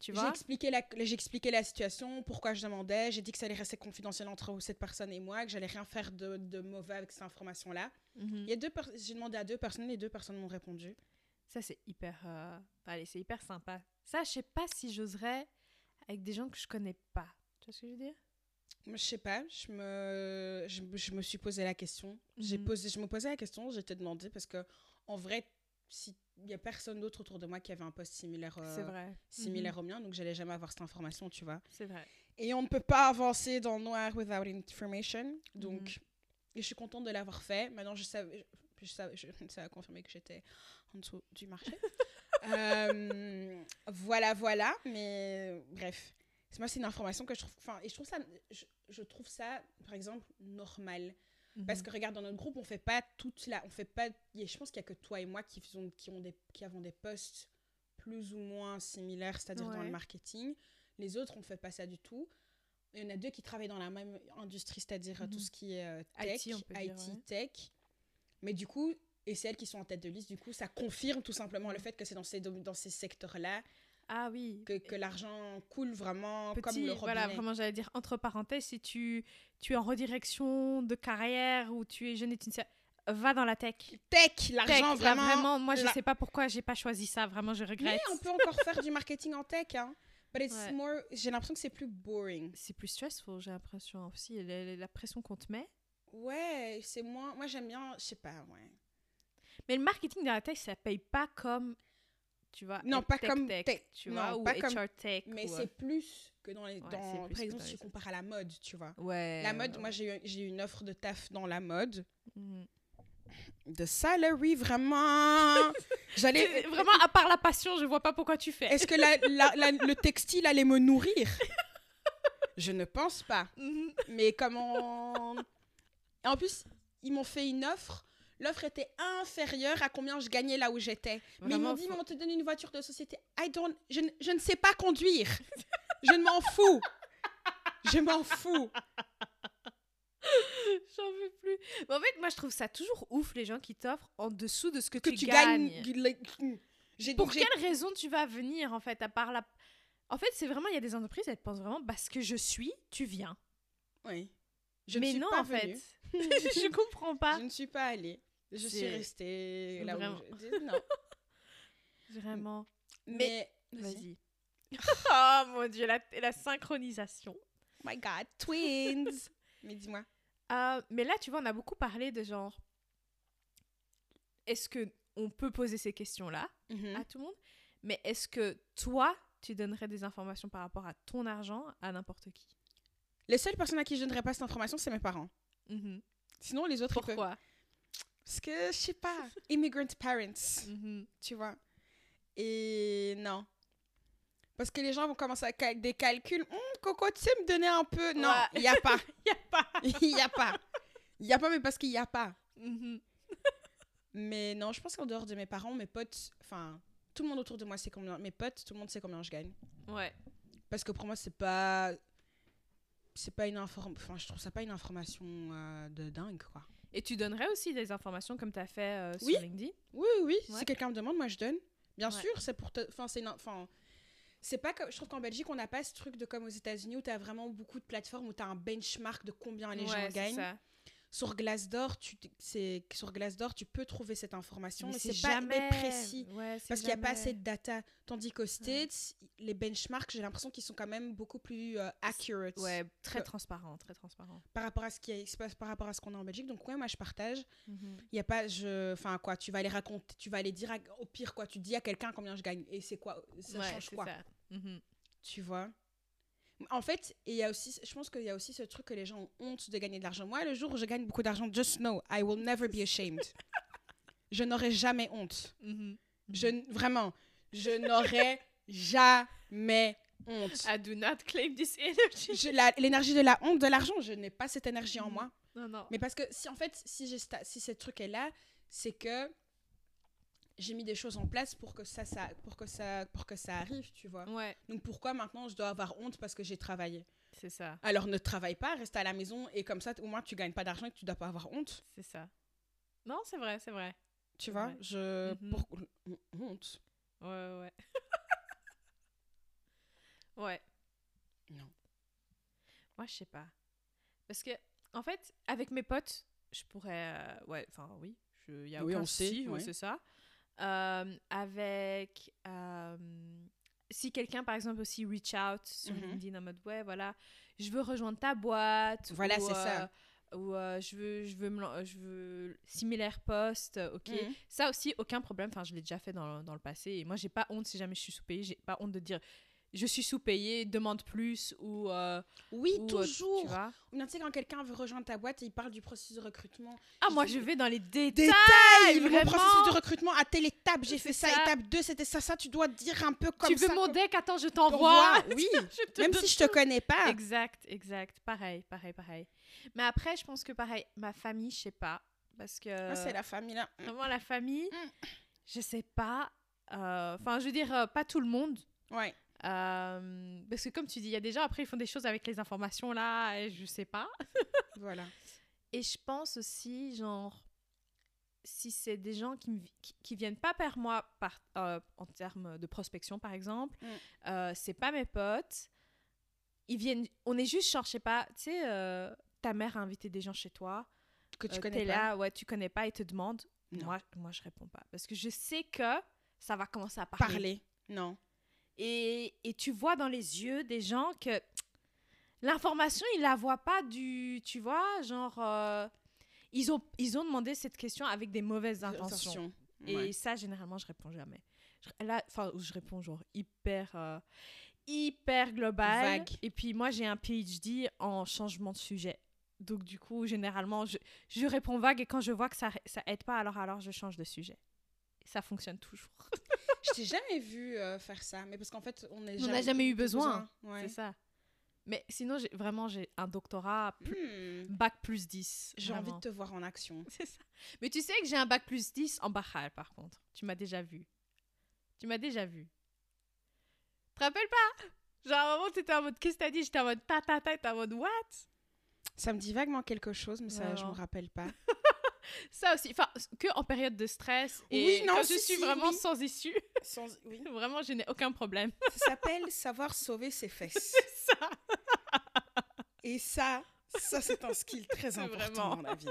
S2: tu
S3: J'ai
S2: vois
S3: expliqué, la, j'ai expliqué la situation, pourquoi je demandais. J'ai dit que ça allait rester confidentiel entre cette personne et moi, que j'allais rien faire de, de mauvais avec cette information-là.
S2: Mhm.
S3: Il y a deux pers- J'ai demandé à deux personnes, les deux personnes m'ont répondu.
S2: Ça, c'est hyper. euh, enfin, allez, c'est hyper sympa. Ça, je sais pas si j'oserais avec des gens que je connais pas. Tu vois ce que je veux dire
S3: Je sais pas, je me, je, me- je me suis posé la question. J'ai
S2: Mhm.
S3: posé, je me posais la question, j'étais demandé parce que, en vrai, si- il n'y a personne d'autre autour de moi qui avait un poste similaire, euh,
S2: C'est vrai. Mm-hmm.
S3: similaire au mien, donc j'allais jamais avoir cette information, tu vois.
S2: Mhm. C'est vrai.
S3: Et on ne peut pas avancer dans le noir without information. Donc, et je suis contente de l'avoir fait. Maintenant, je savais, je, je savais- je- ça a confirmé que j'étais en dessous du marché. Euh, voilà, voilà. Mais bref, C'est- moi, c'est une information que je trouve. Enfin, et je trouve ça, je, je trouve ça, par exemple, normal. Parce
S2: Mhm.
S3: que regarde, dans notre groupe, on fait pas toute la, on fait pas. et Je pense qu'il y a que toi et moi qui faisons, qui ont des, qui avons des postes plus ou moins similaires, c'est-à-dire dans
S2: Ouais.
S3: le marketing. Les autres, on fait pas ça du tout. Il y en a deux qui travaillent dans la même industrie, c'est-à-dire euh, tout
S2: Mhm.
S3: ce qui est euh, tech,
S2: IT, on peut dire,
S3: IT,
S2: ouais.
S3: tech. Mais du coup, et celles qui sont en tête de liste, du coup, ça confirme tout simplement
S2: Mhm.
S3: le fait que c'est dans ces, dom- dans ces secteurs-là
S2: Ah oui.
S3: que, que l'argent coule vraiment comme
S2: Petit,
S3: le robinet.
S2: voilà, vraiment, j'allais dire entre parenthèses, si tu, tu es en redirection de carrière ou tu es jeune étudiant, va dans la tech.
S3: Tech,
S2: Tech,
S3: l'argent
S2: là,
S3: vraiment.
S2: moi, je
S3: la-
S2: sais pas pourquoi j'ai pas choisi ça. Vraiment, je
S3: Mais
S2: regrette.
S3: on peut encore faire du marketing en tech, hein. But it's
S2: Ouais.
S3: more- J'ai l'impression que c'est plus boring.
S2: C'est plus stressful, j'ai l'impression aussi. La, la- la pression qu'on te met.
S3: Ouais, c'est moins. Moi, j'aime bien. Je sais pas, ouais.
S2: Mais le marketing dans la tech, ça paye pas comme. Tu vois,
S3: Non,
S2: être
S3: pas
S2: tech,
S3: comme
S2: tech,
S3: tech.
S2: tu
S3: Non,
S2: vois, ou
S3: pas comme-
S2: HR tech.
S3: Mais
S2: ou, euh,
S3: c'est plus que dans les. dans-
S2: Ouais, c'est
S3: Par
S2: plus que
S3: exemple,
S2: dans
S3: si
S2: les
S3: je compare à la mode, tu vois.
S2: euh, Ouais.
S3: La mode, moi, j'ai eu, j'ai eu une offre de taf dans la mode.
S2: Mhm.
S3: De salary, vraiment. J'allais.
S2: C'est- Vraiment, à part la passion, je vois pas pourquoi tu fais.
S3: Est-ce que la- la- la- le textile allait me nourrir Je ne pense pas.
S2: Mhm.
S3: Mais comment Et En plus, ils m'ont fait une offre. L'offre était inférieure à combien je gagnais là où j'étais. Mais ils
S2: Vraiment,
S3: m'ont dit,
S2: faut-
S3: mais on te donne une voiture de société. I don't... je, ne- je ne sais pas conduire. je ne m'en fous. Je m'en fous.
S2: J'en veux plus. Mais en fait, moi, je trouve ça toujours ouf, les gens qui t'offrent en dessous de ce que,
S3: Que tu, gagnes. like, mm. j'ai-
S2: Pour
S3: donc j'ai-
S2: quelle raison tu vas venir, en fait, à part la. En fait, c'est vraiment, il y a des entreprises, elles pensent vraiment, parce que je suis, tu viens.
S3: Oui. Je ne
S2: Mais
S3: suis
S2: non,
S3: pas
S2: en fait.
S3: venue.
S2: je comprends pas.
S3: Je ne suis pas allée. Je suis
S2: C'est-
S3: restée là
S2: Vraiment.
S3: où je... Non.
S2: Vraiment.
S3: Mais... Vas-y.
S2: Vas-y. oh mon dieu, la, la synchronisation.
S3: Oh my God, twins. mais dis-moi.
S2: Euh, mais là, tu vois, on a beaucoup parlé de genre. Est-ce que on peut poser ces questions-là
S3: Mhm.
S2: à tout le monde Mais est-ce que toi, tu donnerais des informations par rapport à ton argent à n'importe qui
S3: Les seules personnes à qui je donnerais pas cette information, c'est mes parents. Mm-hmm.
S2: Mhm.
S3: Sinon, les autres, ils peuvent-
S2: Pourquoi
S3: Parce que, je sais pas, immigrant parents,
S2: Mhm.
S3: tu vois. Et non. Parce que les gens vont commencer avec des calculs. Hum, Coco, tu sais me donner un peu Non,
S2: Ouais.
S3: il n'y a pas.
S2: Y a pas.
S3: Il n'y a pas. Il n'y a pas, mais parce qu'il n'y a pas. Mm-hmm.
S2: Mhm.
S3: Mais non, je pense qu'en dehors de mes parents, mes potes, enfin, tout le monde autour de moi sait combien. Mes potes, tout le monde sait combien je gagne.
S2: Ouais.
S3: Parce que pour moi, c'est pas. C'est pas une information. Enfin, je trouve ça pas une information euh, de dingue, quoi.
S2: Et tu donnerais aussi des informations comme tu as fait euh, sur
S3: Oui.
S2: LinkedIn
S3: Oui, oui, oui.
S2: Ouais.
S3: si quelqu'un me demande, moi je donne. Bien
S2: Ouais.
S3: sûr, c'est pour. te- Enfin, c'est une- Enfin, c'est pas comme. Je trouve qu'en Belgique, on n'a pas ce truc de comme aux États-Unis où t'as vraiment beaucoup de plateformes où t'as un benchmark de combien les
S2: Ouais,
S3: gens
S2: c'est
S3: gagnent.
S2: ça.
S3: Sur Glassdoor, tu t- c'est sur Glassdoor, tu peux trouver cette information,
S2: Mais
S3: mais, c'est pas
S2: jamais
S3: jamais précis.
S2: Ouais, c'est
S3: Parce qu'il n'y a pas
S2: jamais-
S3: assez de data. Tandis qu'aux States, les benchmarks, j'ai l'impression qu'ils sont quand même beaucoup plus euh, accurate
S2: Ouais, très
S3: Que-
S2: transparent, très transparent.
S3: par rapport à ce qui est- se passe par rapport à ce qu'on a en Belgique. Donc ouais, moi je partage. Il y a pas je enfin quoi, tu vas aller raconter, tu vas aller dire à- au pire quoi, tu dis à quelqu'un combien je gagne et c'est quoi ça
S2: Ouais,
S3: change
S2: c'est
S3: quoi,
S2: ça. Mhm.
S3: tu vois. En fait, et il y a aussi je pense qu'il y a aussi ce truc que les gens ont honte de gagner de l'argent. Moi, le jour où je gagne beaucoup d'argent, just know I will never be ashamed. je n'aurai jamais honte.
S2: Mhm.
S3: Je n- vraiment, je n'aurai jamais honte.
S2: I do not claim this energy.
S3: Je- la- L'énergie de la honte, de l'argent, je n'ai pas cette énergie en
S2: Mhm.
S3: moi.
S2: Non, non.
S3: Mais parce que si en fait, si j'ai sta- si ce truc est là, c'est que j'ai mis des choses en place pour que ça, ça, pour que ça, pour que ça arrive, tu vois.
S2: Ouais,
S3: Donc pourquoi maintenant je dois avoir honte parce que j'ai travaillé
S2: c'est ça.
S3: Alors ne travaille pas, reste à la maison et comme ça t- au moins tu gagnes pas d'argent et que tu dois pas avoir honte,
S2: C'est ça. Non, c'est vrai, c'est vrai.
S3: tu vois.
S2: Ouais.
S3: Je
S2: Mhm.
S3: pour- Hon- honte.
S2: Ouais, ouais. ouais. Ouais.
S3: Non.
S2: Moi, je sais pas. Parce que, en fait, avec mes potes, je pourrais. euh, ouais, enfin, oui. Il y a
S3: Oui,
S2: aucun
S3: on sait,
S2: souci, ouais,
S3: ouais.
S2: c'est ça. Euh, avec. euh, si quelqu'un, par exemple, aussi reach out sur
S3: Mhm.
S2: LinkedIn en mode Ouais, voilà, je veux rejoindre ta boîte.
S3: Voilà,
S2: ou,
S3: c'est ça.
S2: euh, Ou euh, je, veux, je, veux me lan- je veux similaire poste, ok.
S3: Mhm.
S2: Ça aussi, aucun problème. Enfin, je l'ai déjà fait dans, dans le passé. Et moi, j'ai pas honte si jamais je suis sous-payée. J'ai pas honte de dire je suis sous-payée, demande plus ou. euh,
S3: Oui,
S2: ou, euh,
S3: toujours.
S2: tu vois.
S3: Ou bien, tu sais, quand quelqu'un veut rejoindre ta boîte et il parle du processus de recrutement.
S2: Ah, moi,
S3: dis-
S2: je vais dans les détails.
S3: Détail Mon
S2: vraiment.
S3: processus de recrutement, à telle étape, j'ai
S2: C'est
S3: fait ça,
S2: ça.
S3: étape 2, c'était ça, ça, tu dois dire un peu comme
S2: tu
S3: ça.
S2: veux mon
S3: comme-
S2: deck Attends, je
S3: pour voir,
S2: t'envoie.
S3: Oui,
S2: Je te
S3: même
S2: donne
S3: si je te connais pas.
S2: Exact, exact. Pareil, pareil, pareil. Mais après, je pense que pareil, ma famille, je sais pas. Parce que.
S3: Ah, c'est la famille là.
S2: Vraiment, la famille,
S3: Mm.
S2: je sais pas. Euh, Enfin, je veux dire, euh, pas tout le monde.
S3: Mm. Ouais.
S2: Euh, parce que, comme tu dis, il y a des gens, après, ils font des choses avec les informations là, et je sais pas.
S3: Voilà.
S2: Et je pense aussi, genre, si c'est des gens qui, me vi- qui, qui viennent pas par moi par, euh, en termes de prospection, par exemple,
S3: Mm.
S2: euh, c'est pas mes potes, ils viennent, on est juste, genre, je sais pas, tu sais, euh, ta mère a invité des gens chez toi,
S3: Que tu
S2: euh,
S3: connais
S2: t'es
S3: pas.
S2: là, ouais, tu connais pas, ils te demandent,
S3: Non.
S2: moi, moi je réponds pas, parce que je sais que ça va commencer à parler.
S3: Parler. Non.
S2: Et, et tu vois dans les yeux des gens que l'information, ils la voient pas du... Tu vois, genre... euh, ils, ont, ils ont demandé cette question avec des mauvaises intentions.
S3: Attention.
S2: Et
S3: Ouais.
S2: ça, généralement, je réponds jamais. Je- là, enfin, je réponds genre hyper... euh, hyper global.
S3: Vague.
S2: Et puis moi, j'ai un PhD en changement de sujet. Donc du coup, généralement, je, je réponds vague et quand je vois que ça, ça aide pas, alors, alors je change de sujet. Ça fonctionne toujours.
S3: Je t'ai jamais vu euh, faire ça, mais parce qu'en fait, on n'est
S2: On n'a jamais eu besoin.
S3: Ouais.
S2: C'est ça. Mais sinon, j'ai- vraiment, j'ai un doctorat,
S3: Hmm.
S2: plus- bac plus 10.
S3: J'ai envie de
S2: vraiment.
S3: te voir en action.
S2: C'est ça. Mais tu sais que j'ai un bac plus 10 en Bahreïn, par contre. Tu m'as déjà vu. Tu m'as déjà vu. Tu te rappelles pas Genre, à un moment, t'étais en mode, qu'est-ce que t'as dit J'étais en mode, ta ta ta, et t'es en mode, what
S3: Ça me dit vaguement quelque chose, mais ça, je
S2: Vraiment.
S3: me rappelle pas.
S2: Ça aussi, enfin, que en période de stress. Et
S3: Oui, non,
S2: quand
S3: si,
S2: je suis
S3: si,
S2: vraiment
S3: oui.
S2: sans issue,
S3: Sans- oui.
S2: vraiment, je n'ai aucun problème.
S3: Ça s'appelle savoir sauver ses fesses.
S2: C'est ça.
S3: Et ça, ça c'est un skill très
S2: C'est
S3: important
S2: vraiment.
S3: dans la vie.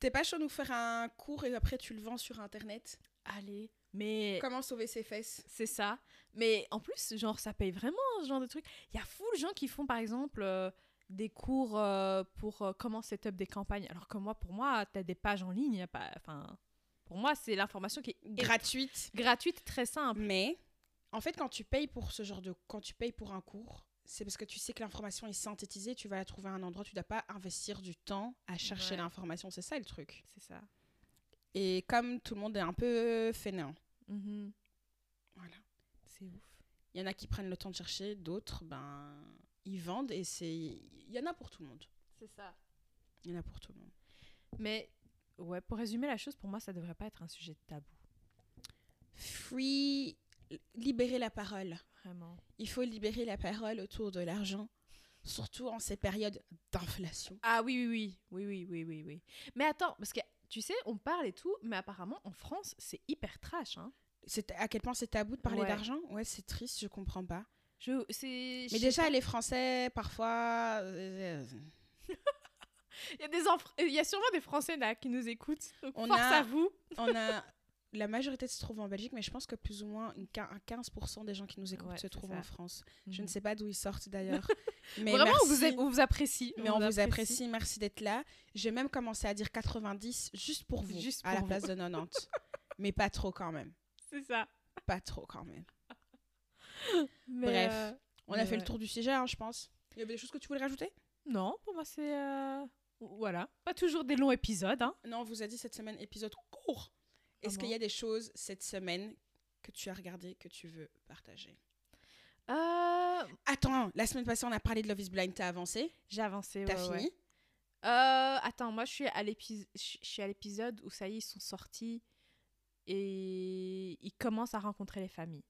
S3: T'es pas chaud de nous faire un cours et après tu le vends sur internet
S2: Allez, mais.
S3: Comment sauver ses fesses
S2: C'est ça. Mais en plus, genre, ça paye vraiment ce genre de truc. Il y a fou de gens qui font, par exemple, euh, des cours euh, pour euh, comment set up des campagnes. Alors que moi, pour moi, t'as des pages en ligne. y a pas... enfin, pour moi, c'est l'information qui est
S3: Gratuite.
S2: gratuite, très simple.
S3: Mais en fait, quand tu payes pour ce genre de, quand tu payes pour un cours, c'est parce que tu sais que l'information est synthétisée, tu vas la trouver à un endroit, tu dois pas investir du temps à chercher
S2: Ouais.
S3: l'information, c'est ça le truc.
S2: C'est ça.
S3: Et comme tout le monde est un peu fainéant,
S2: Mhm.
S3: voilà.
S2: C'est ouf.
S3: Il y en a qui prennent le temps de chercher, d'autres, ben, ils vendent et c'est, il y en a pour tout le monde.
S2: C'est ça.
S3: Il y en a pour tout le monde.
S2: Mais ouais, pour résumer la chose, pour moi, ça devrait pas être un sujet de tabou.
S3: Free, libérer la parole.
S2: Vraiment.
S3: Il faut libérer la parole autour de l'argent, surtout en ces périodes d'inflation.
S2: Ah oui, oui, oui, oui, oui, oui, oui, oui. Mais attends, parce que tu sais, on parle et tout, mais apparemment, en France, c'est hyper trash. Hein.
S3: C'est à quel point c'est tabou de parler
S2: Ouais.
S3: d'argent Ouais, c'est triste, je comprends pas.
S2: Je, c'est,
S3: Mais
S2: je-
S3: déjà, les Français, parfois. euh,
S2: Il y a des enfr- il y a sûrement des Français là qui nous écoutent. Donc
S3: On
S2: force
S3: a-
S2: à vous.
S3: on a. La majorité se trouve en Belgique, mais je pense que plus ou moins une quin- un 15% des gens qui nous écoutent
S2: Ouais,
S3: se
S2: c'est
S3: trouvent
S2: ça. Mhm.
S3: en France. Je ne sais pas d'où ils sortent d'ailleurs. mais
S2: Vraiment,
S3: merci.
S2: on vous, aime- on vous apprécie.
S3: Mais on, vous apprécie, merci d'être là. J'ai même commencé à dire 90 juste pour vous,
S2: Juste
S3: à
S2: pour
S3: la
S2: vous.
S3: place de 90. mais pas trop quand même.
S2: C'est ça.
S3: Pas trop quand même.
S2: Mais,
S3: Bref.
S2: euh,
S3: On a
S2: Mais
S3: fait le
S2: ouais.
S3: tour du sujet, hein, je pense. Il y avait des choses que tu voulais rajouter
S2: non, pour moi, c'est. euh, Voilà. Pas toujours des longs épisodes. Hein.
S3: Non, on vous a dit cette semaine épisode court. Est-ce
S2: Comment
S3: qu'il y a des choses cette semaine que tu as regardées, que tu veux partager
S2: Euh,
S3: Attends, la semaine passée, on a parlé de Love is Blind, t'as avancé
S2: J'ai avancé.
S3: T'as
S2: ouais, ouais.
S3: fini
S2: Euh, attends, moi, je suis à l'épis- je suis à l'épisode où ça y est, ils sont sortis et il commence à rencontrer les familles.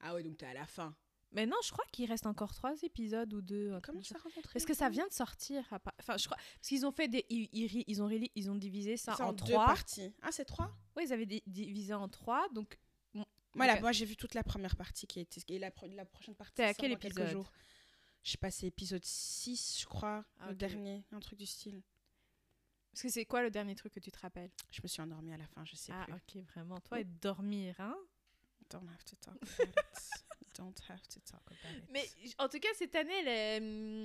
S3: Ah ouais, donc t'es à la fin.
S2: Mais non, je crois qu'il reste encore trois épisodes ou deux. un truc
S3: Comment
S2: comme
S3: tu
S2: ça.
S3: as rencontré
S2: Parce que ça vient de sortir. à pa- Enfin, je crois. Parce qu'ils ont fait des. Ils, ils ri- ils ont, reli- ils ont divisé ça,
S3: Ça
S2: en,
S3: en deux
S2: trois.
S3: parties. Ah, c'est trois
S2: Oui, ils avaient di- divisé en trois. Donc,
S3: Moi, là,
S2: Ok.
S3: moi j'ai vu toute la première partie qui était. Et la, pro- la prochaine partie.
S2: T'es à
S3: sort
S2: quel
S3: dans quelques
S2: épisode
S3: jours. Je sais pas, c'est épisode 6, je crois.
S2: Ah,
S3: le
S2: ok.
S3: dernier, un truc du style.
S2: parce que c'est quoi le dernier truc que tu te rappelles
S3: Je me suis endormie à la fin, je sais
S2: Ah,
S3: plus.
S2: ok, vraiment. Toi, et dormir, hein
S3: Don't have to talk about it. Don't have to talk about it.
S2: Mais j- en tout cas, cette année, elle est,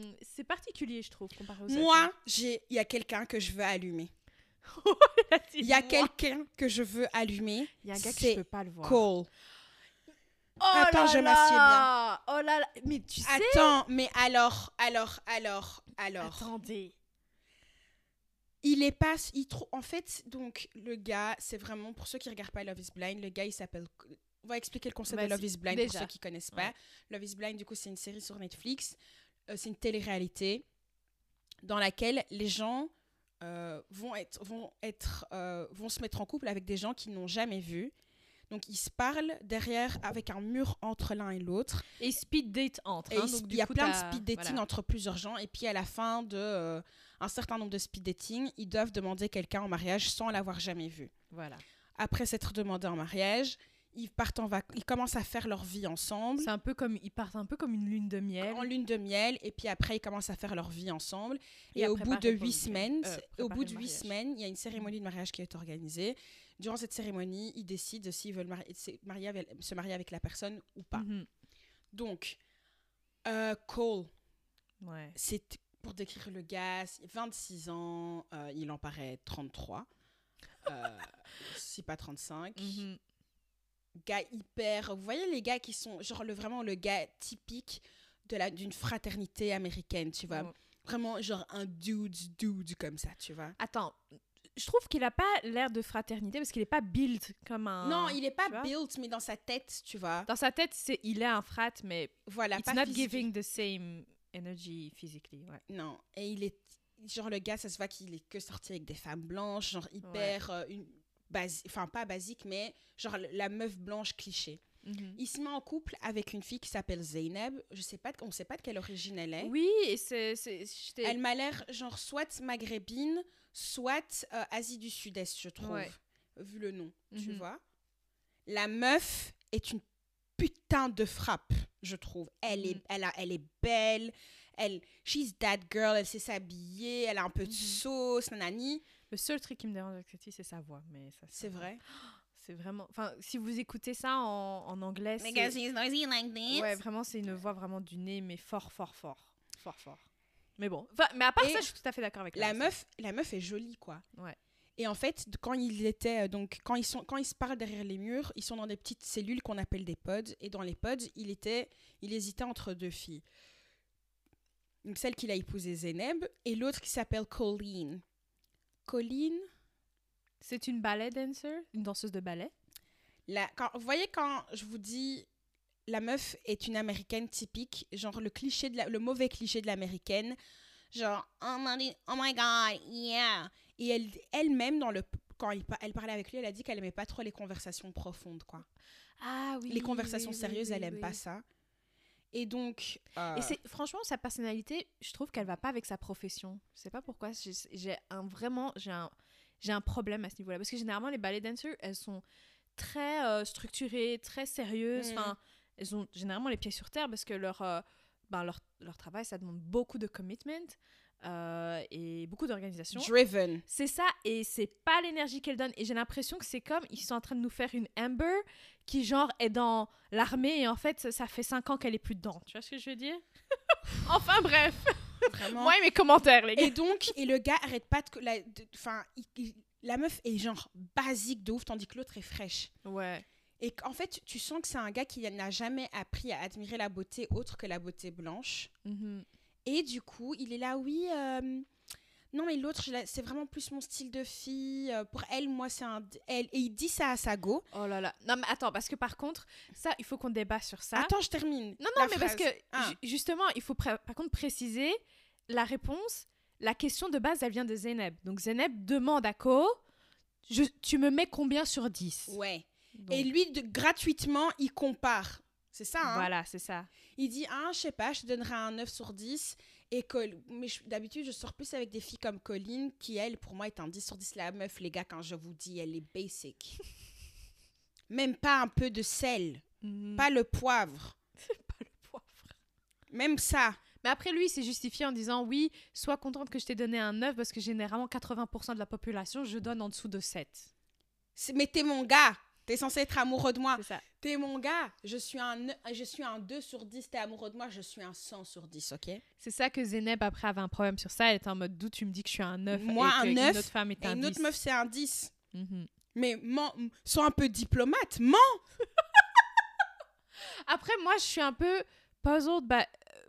S2: hum, c'est particulier, je trouve, comparé aux autres.
S3: Moi, j'ai- il y a quelqu'un que je veux allumer. Il y a quelqu'un que je veux allumer.
S2: Il y a un gars que
S3: c'est
S2: je peux pas le voir.
S3: Cole.
S2: Oh
S3: Attends,
S2: là
S3: je
S2: là
S3: m'assieds bien.
S2: Oh là là, mais tu sais.
S3: Attends, mais alors, alors, alors, alors.
S2: Attendez.
S3: Il est pas. Il trou- En fait, donc, le gars, c'est vraiment. Pour ceux qui regardent pas Love is Blind, le gars, il s'appelle. On va expliquer le concept de
S2: Vas-y,
S3: Love is Blind
S2: déjà.
S3: pour ceux qui connaissent pas. Love is Blind, du coup, c'est une série sur Netflix. Euh, c'est une télé-réalité dans laquelle les gens euh, vont, être, vont, être, euh, vont se mettre en couple avec des gens qu'ils n'ont jamais vus. Donc, ils se parlent derrière avec un mur entre l'un et l'autre.
S2: Et speed date entre.
S3: Et
S2: hein,
S3: il
S2: donc
S3: sp-
S2: du
S3: il y a
S2: coup,
S3: plein de
S2: t'as-
S3: speed dating
S2: voilà.
S3: entre plusieurs gens. Et puis à la fin de euh, un certain nombre de speed dating, ils doivent demander quelqu'un en mariage sans l'avoir jamais vu.
S2: Voilà.
S3: Après s'être demandé en mariage, ils partent en vac- ils commencent à faire leur vie ensemble
S2: C'est un peu comme ils partent un peu comme une lune de miel.
S3: en lune de miel. Et puis après, ils commencent à faire leur vie ensemble. Et, au
S2: à
S3: bout de
S2: préparer pour
S3: huit
S2: le
S3: semaines,
S2: week-end. Euh,
S3: et au
S2: préparer
S3: bout
S2: le
S3: de huit
S2: mariage. Mm.
S3: semaines, il y a une cérémonie de mariage qui est organisée. Durant cette cérémonie, ils décident s'ils veulent mari- se marier avec- se marier avec la personne ou pas.
S2: Mhm.
S3: Donc, euh, Cole,
S2: Ouais.
S3: c'est pour décrire le gars, c'est 26 ans, euh, il en paraît 33, euh, si pas 35.
S2: Mhm.
S3: Gars hyper. Vous voyez les gars qui sont genre le, vraiment le gars typique de la d'une fraternité américaine, tu vois.
S2: Ouais.
S3: Vraiment genre un dude, dude comme ça, tu vois.
S2: Attends, je trouve qu'il a pas l'air de fraternité parce qu'il est pas build comme un.
S3: Non, il est pas
S2: tu vois.
S3: built, mais dans sa tête, tu vois.
S2: Dans sa tête, c'est il est un frat, mais
S3: Voilà,
S2: it's
S3: pas
S2: not
S3: physique.
S2: giving the same energy physically. Ouais.
S3: Non, et il est genre le gars, ça se voit qu'il est que sorti avec des femmes blanches, genre hyper euh, une basi- enfin pas basique mais genre l- la meuf blanche cliché. Il se met en couple avec une fille qui s'appelle Zeynep, je sais pas de- on sait pas de quelle origine elle est.
S2: Oui, et c'est c'est- j'étais-
S3: Elle m'a l'air genre soit maghrébine, soit euh, Asie du Sud-Est, je trouve,
S2: Ouais.
S3: vu le nom, tu
S2: Mhm.
S3: vois. La meuf est une putain de frappe, je trouve. Elle est,
S2: Mhm.
S3: elle, a- elle est belle, elle, she's that girl, elle sait s'habiller, elle a un peu de
S2: Mhm.
S3: sauce, nanani.
S2: le seul truc qui me dérange avec cette fille, c'est sa voix, mais ça
S3: C'est vrai.
S2: C'est vraiment. Enfin, si vous écoutez ça en, en anglais, c'est.
S3: she's noisy like this.
S2: Ouais, vraiment, c'est une voix vraiment du nez, mais fort, fort, fort, fort, fort. Mais bon, Enfin, mais à part
S3: Et
S2: ça, je suis tout à fait d'accord avec
S3: la
S2: Lars.
S3: meuf, la meuf est jolie, quoi.
S2: Ouais.
S3: Et en fait, d- quand ils étaient euh, donc quand ils sont quand ils se parlent derrière les murs, ils sont dans des petites cellules qu'on appelle des pods. Et dans les pods, il était, il hésitait entre deux filles. Donc celle qu'il a épousée Zeynep et l'autre qui s'appelle Colleen. Colleen,
S2: C'est une ballet dancer, une danseuse de ballet.
S3: la, quand, vous voyez quand je vous dis la meuf est une américaine typique, genre le cliché de la- le mauvais cliché de l'américaine, genre oh my, oh my god, yeah. Et elle elle-même dans le quand il pa- elle parlait avec lui, elle a dit qu'elle aimait pas trop les conversations profondes quoi.
S2: Ah oui.
S3: les conversations
S2: oui, oui,
S3: sérieuses,
S2: oui,
S3: elle aime
S2: oui.
S3: pas ça. Et donc euh,
S2: Et c'est franchement sa personnalité, je trouve qu'elle va pas avec sa profession. Je sais pas pourquoi. j'ai- J'ai un vraiment, j'ai un, j'ai un problème à ce niveau-là parce que généralement les ballet dancers, elles sont très euh, structurées, très sérieuses.
S3: Mm.
S2: Enfin, elles ont généralement les pieds sur terre parce que leur, euh, ben, leur, leur travail, ça demande beaucoup de commitment euh, et beaucoup d'organisation.
S3: driven.
S2: C'est ça, et c'est pas l'énergie qu'elle donne. Et j'ai l'impression que c'est comme ils sont en train de nous faire une Amber qui, genre, est dans l'armée et en fait, ça- ça fait 5 ans qu'elle est plus dedans. Tu vois ce que je veux dire Enfin, bref.
S3: Vraiment.
S2: Moi et mes commentaires, les gars.
S3: Et donc, et le gars arrête pas de. La, de- enfin, il- il- la meuf est genre basique de ouf, tandis que l'autre est fraîche.
S2: Ouais.
S3: Et qu'en fait, tu sens que c'est un gars qui n'a jamais appris à admirer la beauté autre que la beauté blanche.
S2: Mhm.
S3: Et du coup, il est là, oui. euh, non, mais l'autre, je la- c'est vraiment plus mon style de fille. euh, Pour elle, moi, c'est un. Elle, et il dit ça à Sago.
S2: Oh là là. Non, mais attends, parce que par contre, ça, il faut qu'on débat sur ça.
S3: Attends, je termine.
S2: non, non,
S3: la
S2: mais parce
S3: phrase.
S2: que,
S3: Ah.
S2: ju- justement, il faut pré- par contre préciser la réponse. La question de base, elle vient de Zeynep. Donc, Zeynep demande à Ko Je- tu me mets combien sur 10
S3: Ouais.
S2: Donc,
S3: Et lui, de- gratuitement, il compare. C'est ça, hein
S2: Voilà, c'est ça.
S3: Il dit, ah, je sais pas, je te donnerai un 9 sur 10. Et Col- mais je- d'habitude, je sors plus avec des filles comme Colline, qui, elle, pour moi, est un 10 sur 10. La meuf, les gars, quand je vous dis, elle est basic. Même pas un peu de sel,
S2: Mm.
S3: pas le poivre,
S2: pas le poivre.
S3: même ça.
S2: Mais après, lui, il s'est justifié en disant Oui, sois contente que je t'ai donné un 9 parce que généralement, 80% de la population, je donne en dessous de 7.
S3: C'est- Mais t'es mon gars, t'es censé être amoureux de moi.
S2: C'est ça.
S3: T'es mon gars, je suis un, ne- je suis un 2 sur 10, t'es amoureux de moi, je suis un 100 sur 10, ok
S2: C'est ça que Zeynep, après, avait un problème sur ça. Elle était en mode D'où tu me dis que je suis un 9
S3: Moi,
S2: et
S3: un
S2: que
S3: 9,
S2: Une autre femme est
S3: Et
S2: un
S3: une autre
S2: 10.
S3: meuf, c'est un 10.
S2: Mhm.
S3: Mais mens- sois un peu diplomate, mens
S2: Après, moi, je suis un peu puzzled bah, euh,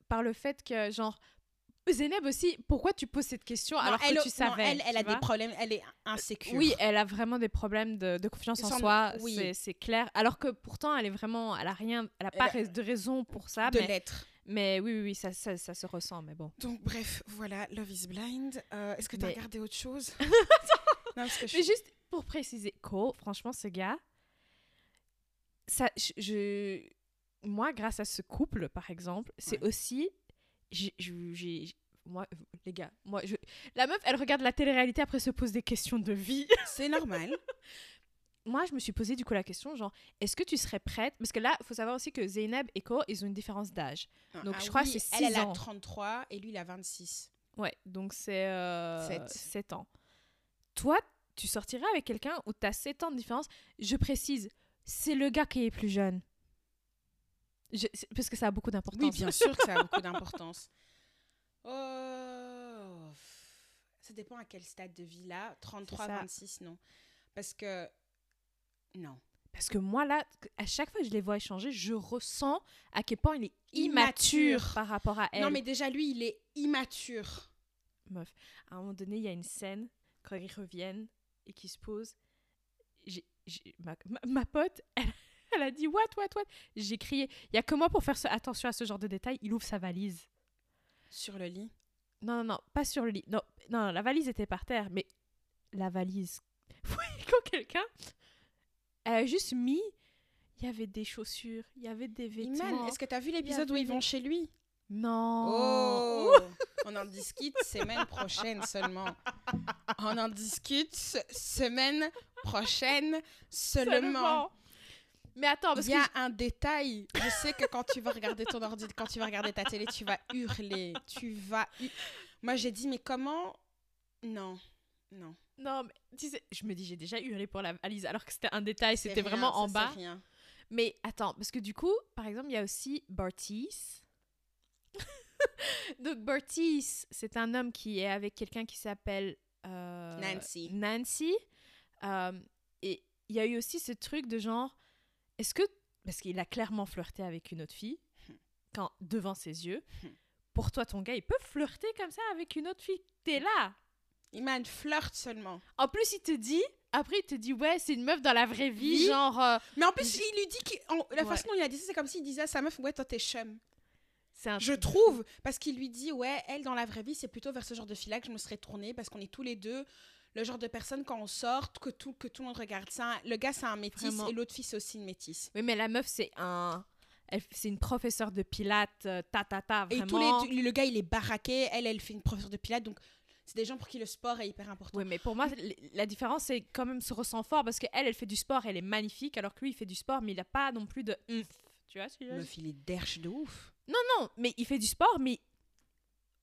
S2: par le fait que, genre, Zeynep aussi, pourquoi tu poses cette question
S3: Non,
S2: alors
S3: elle,
S2: que tu
S3: non,
S2: savais
S3: elle, elle
S2: tu
S3: a des
S2: vois Euh,
S3: problèmes, elle est insécure.
S2: Oui, elle a vraiment des problèmes de, de confiance en
S3: Sans-
S2: soi,
S3: oui.
S2: c'est- c'est clair. Alors que pourtant, elle est vraiment, elle a rien, elle a pas
S3: Elle a-
S2: rais- de raison pour ça.
S3: de
S2: Ah, mais,
S3: l'être.
S2: mais oui, oui, oui, ça, ça, ça se ressent, mais bon.
S3: Donc bref, voilà, Love is Blind. Euh, Est-ce que t'as
S2: Mais-
S3: regardé autre chose Non, parce que je
S2: Mais juste pour préciser, Cole, franchement, ce gars, ça, je, je- moi, grâce à ce couple, par exemple, c'est aussi, j'ai, je- j'ai- j'ai- moi, euh, les gars, moi, je, la meuf, elle regarde la télé-réalité après se pose des questions de vie.
S3: C'est normal.
S2: moi, je me suis posé du coup la question, genre, est-ce que tu serais prête Parce que là, il faut savoir aussi que Zeynep et Cole, ils ont une différence d'âge. Donc, je crois que c'est
S3: Ah, Elle,
S2: six
S3: elle a
S2: ans.
S3: 33 et lui, il a 26.
S2: Ouais, donc c'est euh,
S3: Sept.
S2: 7 ans. Toi, tu sortirais avec quelqu'un où tu as 7 ans de différence. Je précise, c'est le gars qui est plus jeune. Je- c'est- parce que ça a beaucoup d'importance.
S3: Oui, bien sûr que ça a beaucoup d'importance. Oh, ça dépend à quel stade de vie là. 33,
S2: ça.
S3: 26, non. Parce que... Non.
S2: Parce que moi, là, à chaque fois que je les vois échanger, je ressens à quel point il est immature,
S3: Immature.
S2: par rapport à elle.
S3: Non, mais déjà, lui, il est immature.
S2: Meuf, à un moment donné, il y a une scène, quand ils reviennent et qu'ils se posent, j'ai- j'ai- ma, ma- ma pote, elle, elle a dit « What, what, what ?» J'ai crié. Il y a que moi pour faire ce- attention à ce genre de détails. Il ouvre sa valise.
S3: Sur le lit.
S2: Non, non, non, pas sur le lit. Non, non, non, la valise était par terre, mais la valise. Oui, quand quelqu'un elle a juste mis, il y avait des chaussures, il y avait des vêtements.
S3: Iman, est-ce que t'as vu l'épisode où
S2: avait
S3: ils vont chez lui
S2: Non.
S3: Oh On en discute semaine prochaine seulement. On en discute se- semaine prochaine seulement.
S2: Seulement. Mais attends, parce
S3: Il
S2: que
S3: y a un détail. Je sais que quand tu vas regarder ton ordi, quand tu vas regarder ta télé, tu vas hurler. Tu vas. hu- Moi, j'ai dit, mais comment Non, non.
S2: Non, mais tu sais, je me dis, j'ai déjà hurlé pour la valise, alors que c'était un détail,
S3: c'est
S2: c'était
S3: rien,
S2: vraiment
S3: ça,
S2: en
S3: c'est
S2: bas.
S3: rien.
S2: Mais attends, parce que du coup, par exemple, il y a aussi Bartis. Donc Bartis, c'est un homme qui est avec quelqu'un qui s'appelle euh,
S3: Nancy.
S2: Nancy. Euh, et il y a eu aussi ce truc de genre, est-ce que... Parce qu'il a clairement flirté avec une autre fille,
S3: Hmm.
S2: quand devant ses yeux.
S3: Hmm.
S2: Pour toi, ton gars, il peut flirter comme ça avec une autre fille. T'es là.
S3: Iman flirte seulement.
S2: En plus, il te dit, après, il te dit, ouais, c'est une meuf dans la vraie vie,
S3: Oui.
S2: genre, euh,
S3: Mais en plus,
S2: Je-
S3: il lui dit qu'il- en- la
S2: Ouais.
S3: façon dont il a dit ça, c'est comme s'il disait à sa meuf, ouais, toi t'es chum.
S2: c'est un
S3: Je trouve, parce qu'il lui dit, ouais, elle, dans la vraie vie, c'est plutôt vers ce genre de fille-là que je me serais tournée, parce qu'on est tous les deux le genre de personne quand on sort, que tout, que tout le monde regarde ça. Le gars, c'est un métis,
S2: Vraiment.
S3: et l'autre fille, c'est aussi une métisse.
S2: Oui, mais la meuf, c'est un. elle- C'est une professeure de pilates, euh, ta ta ta,
S3: Et
S2: vraiment.
S3: tous les deux- le gars, il est baraqué, elle, elle fait une professeure de pilates, donc c'est des gens pour qui le sport est hyper important.
S2: Oui, mais pour moi, l- la différence, c'est quand même se ressent fort parce qu'elle, elle fait du sport, elle est magnifique, alors que lui, il fait du sport, mais il n'a pas non plus de. hum. Tu vois ce que je veux dire
S3: Meuf, il est derche de ouf.
S2: Non, mais il fait du sport, mais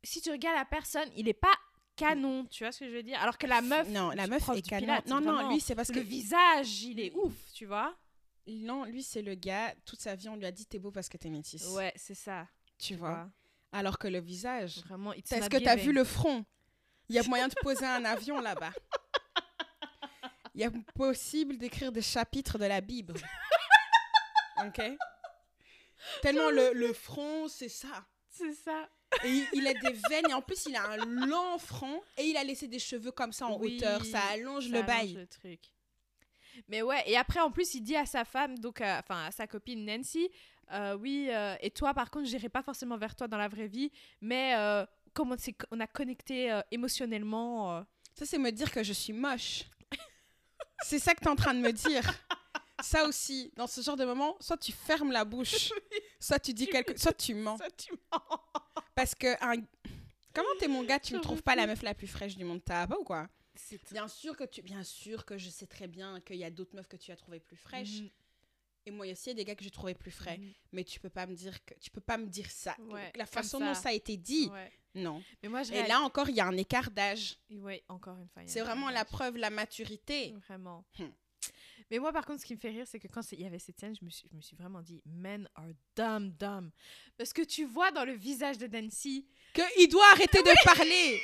S2: si tu regardes la personne, il n'est pas canon, tu vois ce que je veux dire Alors que la meuf.
S3: non, la meuf
S2: prof
S3: est
S2: du
S3: canon.
S2: Pilates,
S3: non, non,
S2: vraiment,
S3: lui, c'est parce que.
S2: le visage, il est ouf, tu vois
S3: Non, lui, c'est le gars, toute sa vie, on lui a dit, t'es beau parce que t'es métisse.
S2: Ouais, c'est ça.
S3: tu vois. Alors que le visage.
S2: Vraiment, it's
S3: Est-ce
S2: not
S3: que t'as
S2: giving.
S3: vu le front Il y a moyen de poser un avion là-bas. Il y a possible d'écrire des chapitres de la Bible. Ok Tellement le, le front, c'est ça.
S2: C'est ça.
S3: Et il, il a des veines et en plus, il a un long front et il a laissé des cheveux comme ça en
S2: Oui,
S3: hauteur. Ça allonge
S2: Ça
S3: le
S2: allonge
S3: bail.
S2: le truc. Mais ouais, et après, en plus, il dit à sa femme, donc à- enfin à sa copine Nancy, euh, oui, euh, et toi, par contre, j'irai pas forcément vers toi dans la vraie vie, mais euh, comme on, s'est- on a connecté euh, émotionnellement. euh,
S3: Ça, c'est me dire que je suis moche. C'est ça que t'es en train de me dire. Ça aussi, dans ce genre de moment, soit tu fermes la bouche, soit tu dis
S2: Tu-
S3: quelque, soit tu mens.
S2: Ça, tu mens.
S3: Parce que un- comment t'es mon gars, tu me
S2: Je
S3: trouves pas la meuf la plus fraîche du monde, t'as pas ou quoi
S2: C'est très
S3: Bien sûr que tu, bien sûr que je sais très bien qu'il y a d'autres meufs que tu as trouvées plus
S2: Mm,
S3: fraîches.
S2: Mhm.
S3: Et moi aussi, il y a des gars que j'ai trouvés plus frais. Mais tu peux pas me dire que, tu peux pas me dire ça.
S2: Ouais,
S3: la
S2: comme
S3: façon
S2: ça.
S3: dont ça a été dit,
S2: Ouais.
S3: non.
S2: Mais moi, je
S3: Et là encore, il y a un écart d'âge.
S2: réalise- Ouais, encore une fois. il y a
S3: C'est
S2: un
S3: vraiment la
S2: décalage.
S3: preuve, la maturité.
S2: Vraiment.
S3: Hmm.
S2: Mais moi, par contre, ce qui me fait rire, c'est que quand c'est- il y avait cette scène, je me suis, je me suis vraiment dit, men are dumb, dumb. Parce que tu vois dans le visage de Nancy,
S3: Qu'il doit
S2: Ah
S3: arrêter de parler.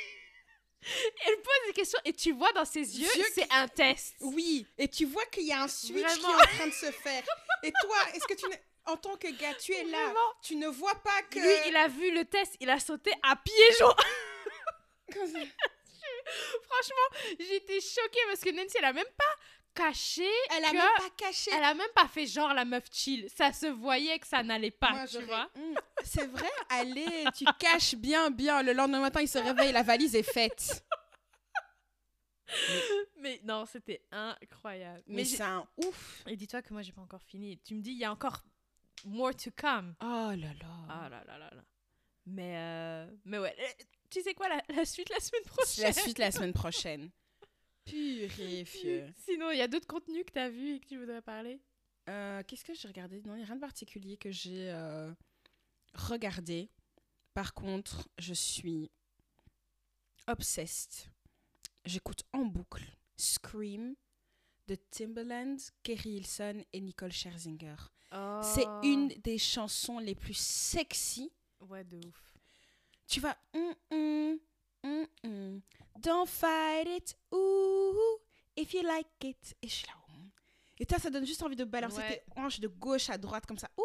S2: elle pose des questions et tu vois dans ses yeux,
S3: Yeux
S2: c'est un test.
S3: Oui, et tu vois qu'il y a un switch qui
S2: Vraiment.
S3: est en train de se faire. Et toi, est-ce que tu, ne- en tant que gars, tu es là,
S2: Vraiment.
S3: tu ne vois pas que...
S2: Lui, il a vu le test, il a sauté à pieds joints. Franchement, j'étais choquée parce que Nancy, elle a même pas caché,
S3: Elle a
S2: que-
S3: même pas caché.
S2: elle a même pas fait genre la meuf chill. Ça se voyait que ça n'allait pas,
S3: Moi,
S2: tu
S3: j'aurais-
S2: vois.
S3: Mm, C'est vrai, allez, tu caches bien, bien. Le lendemain matin, il se réveille, la valise est faite.
S2: Mais non, c'était incroyable.
S3: Mais,
S2: j'ai-
S3: c'est un ouf.
S2: Et dis-toi que moi, j'ai pas encore fini. Tu me dis, il y a encore more to come.
S3: Oh là là.
S2: Ah là là là là. Mais, euh, mais ouais. Euh, Tu sais quoi, la, la suite la semaine
S3: C'est
S2: prochaine
S3: la suite la semaine prochaine. Purifieux.
S2: Sinon, il y a d'autres contenus que t'as vus et que tu voudrais parler
S3: Euh, Qu'est-ce que j'ai regardé Non, il n'y a rien de particulier que j'ai euh, regardé. Par contre, je suis obsessed. J'écoute en boucle Scream de Timbaland, Kerry Hilson et Nicole Scherzinger. C'est une des chansons les plus sexy.
S2: Ouais, de ouf.
S3: Tu vas hum, hum, hum, hum. Don't fight it, ooh, if you like it. Et je suis là. hum. Et toi, ça donne juste envie de balancer
S2: Ouais.
S3: tes hanches de gauche à droite comme ça. Ouh.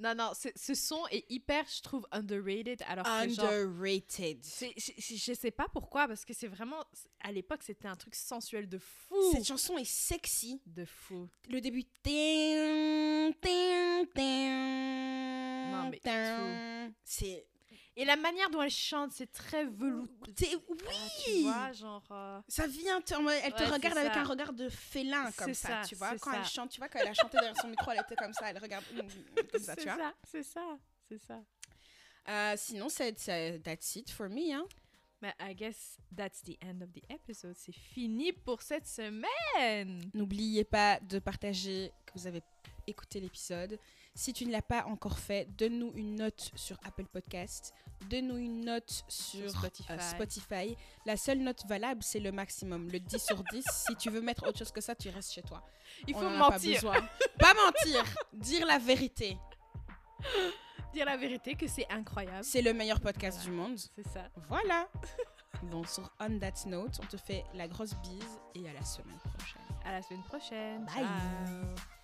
S2: Non, non, ce- ce son est hyper, je trouve, underrated. Alors que genre,
S3: Underrated.
S2: c'est- je, je- je sais pas pourquoi, parce que c'est vraiment. À l'époque, c'était un truc sensuel de fou.
S3: Cette chanson est sexy.
S2: De fou.
S3: Le début. ting, ting, ting,
S2: Non, mais
S3: ting. C'est.
S2: Et la manière dont elle chante, c'est très velouté. Ah,
S3: c'est-
S2: Tu
S3: Oui.
S2: vois, genre. euh,
S3: Ça vient, tu- en mode, elle te
S2: Ouais, c'est
S3: regarde avec
S2: ça.
S3: un regard de félin comme
S2: C'est
S3: ça,
S2: ça,
S3: tu vois.
S2: c'est
S3: Quand elle
S2: ça.
S3: chante, tu vois, quand elle a chanté derrière son micro, elle était comme ça, elle regarde mm, comme ça,
S2: C'est
S3: tu vois.
S2: ça, c'est ça, c'est ça.
S3: Euh, sinon, c'est c'est- that's it for me. Hein.
S2: Mais I guess that's the end of the episode. C'est fini pour cette semaine.
S3: N'oubliez pas de partager que vous avez écouté l'épisode. Si tu ne l'as pas encore fait, donne-nous une note sur Apple Podcast. Donne-nous une note sur,
S2: Sur Spotify.
S3: euh, Spotify. La seule note valable, c'est le maximum, le 10 sur 10. si tu veux mettre autre chose que ça, tu restes chez toi.
S2: Il
S3: On
S2: faut
S3: en a
S2: mentir.
S3: Pas, besoin. pas mentir, dire la vérité.
S2: Dire la vérité que c'est incroyable.
S3: C'est le meilleur podcast
S2: Voilà.
S3: du monde.
S2: C'est ça.
S3: Voilà. bon, sur On That Note, on te fait la grosse bise et à la semaine prochaine.
S2: À la semaine prochaine.
S3: Bye.
S2: Ciao.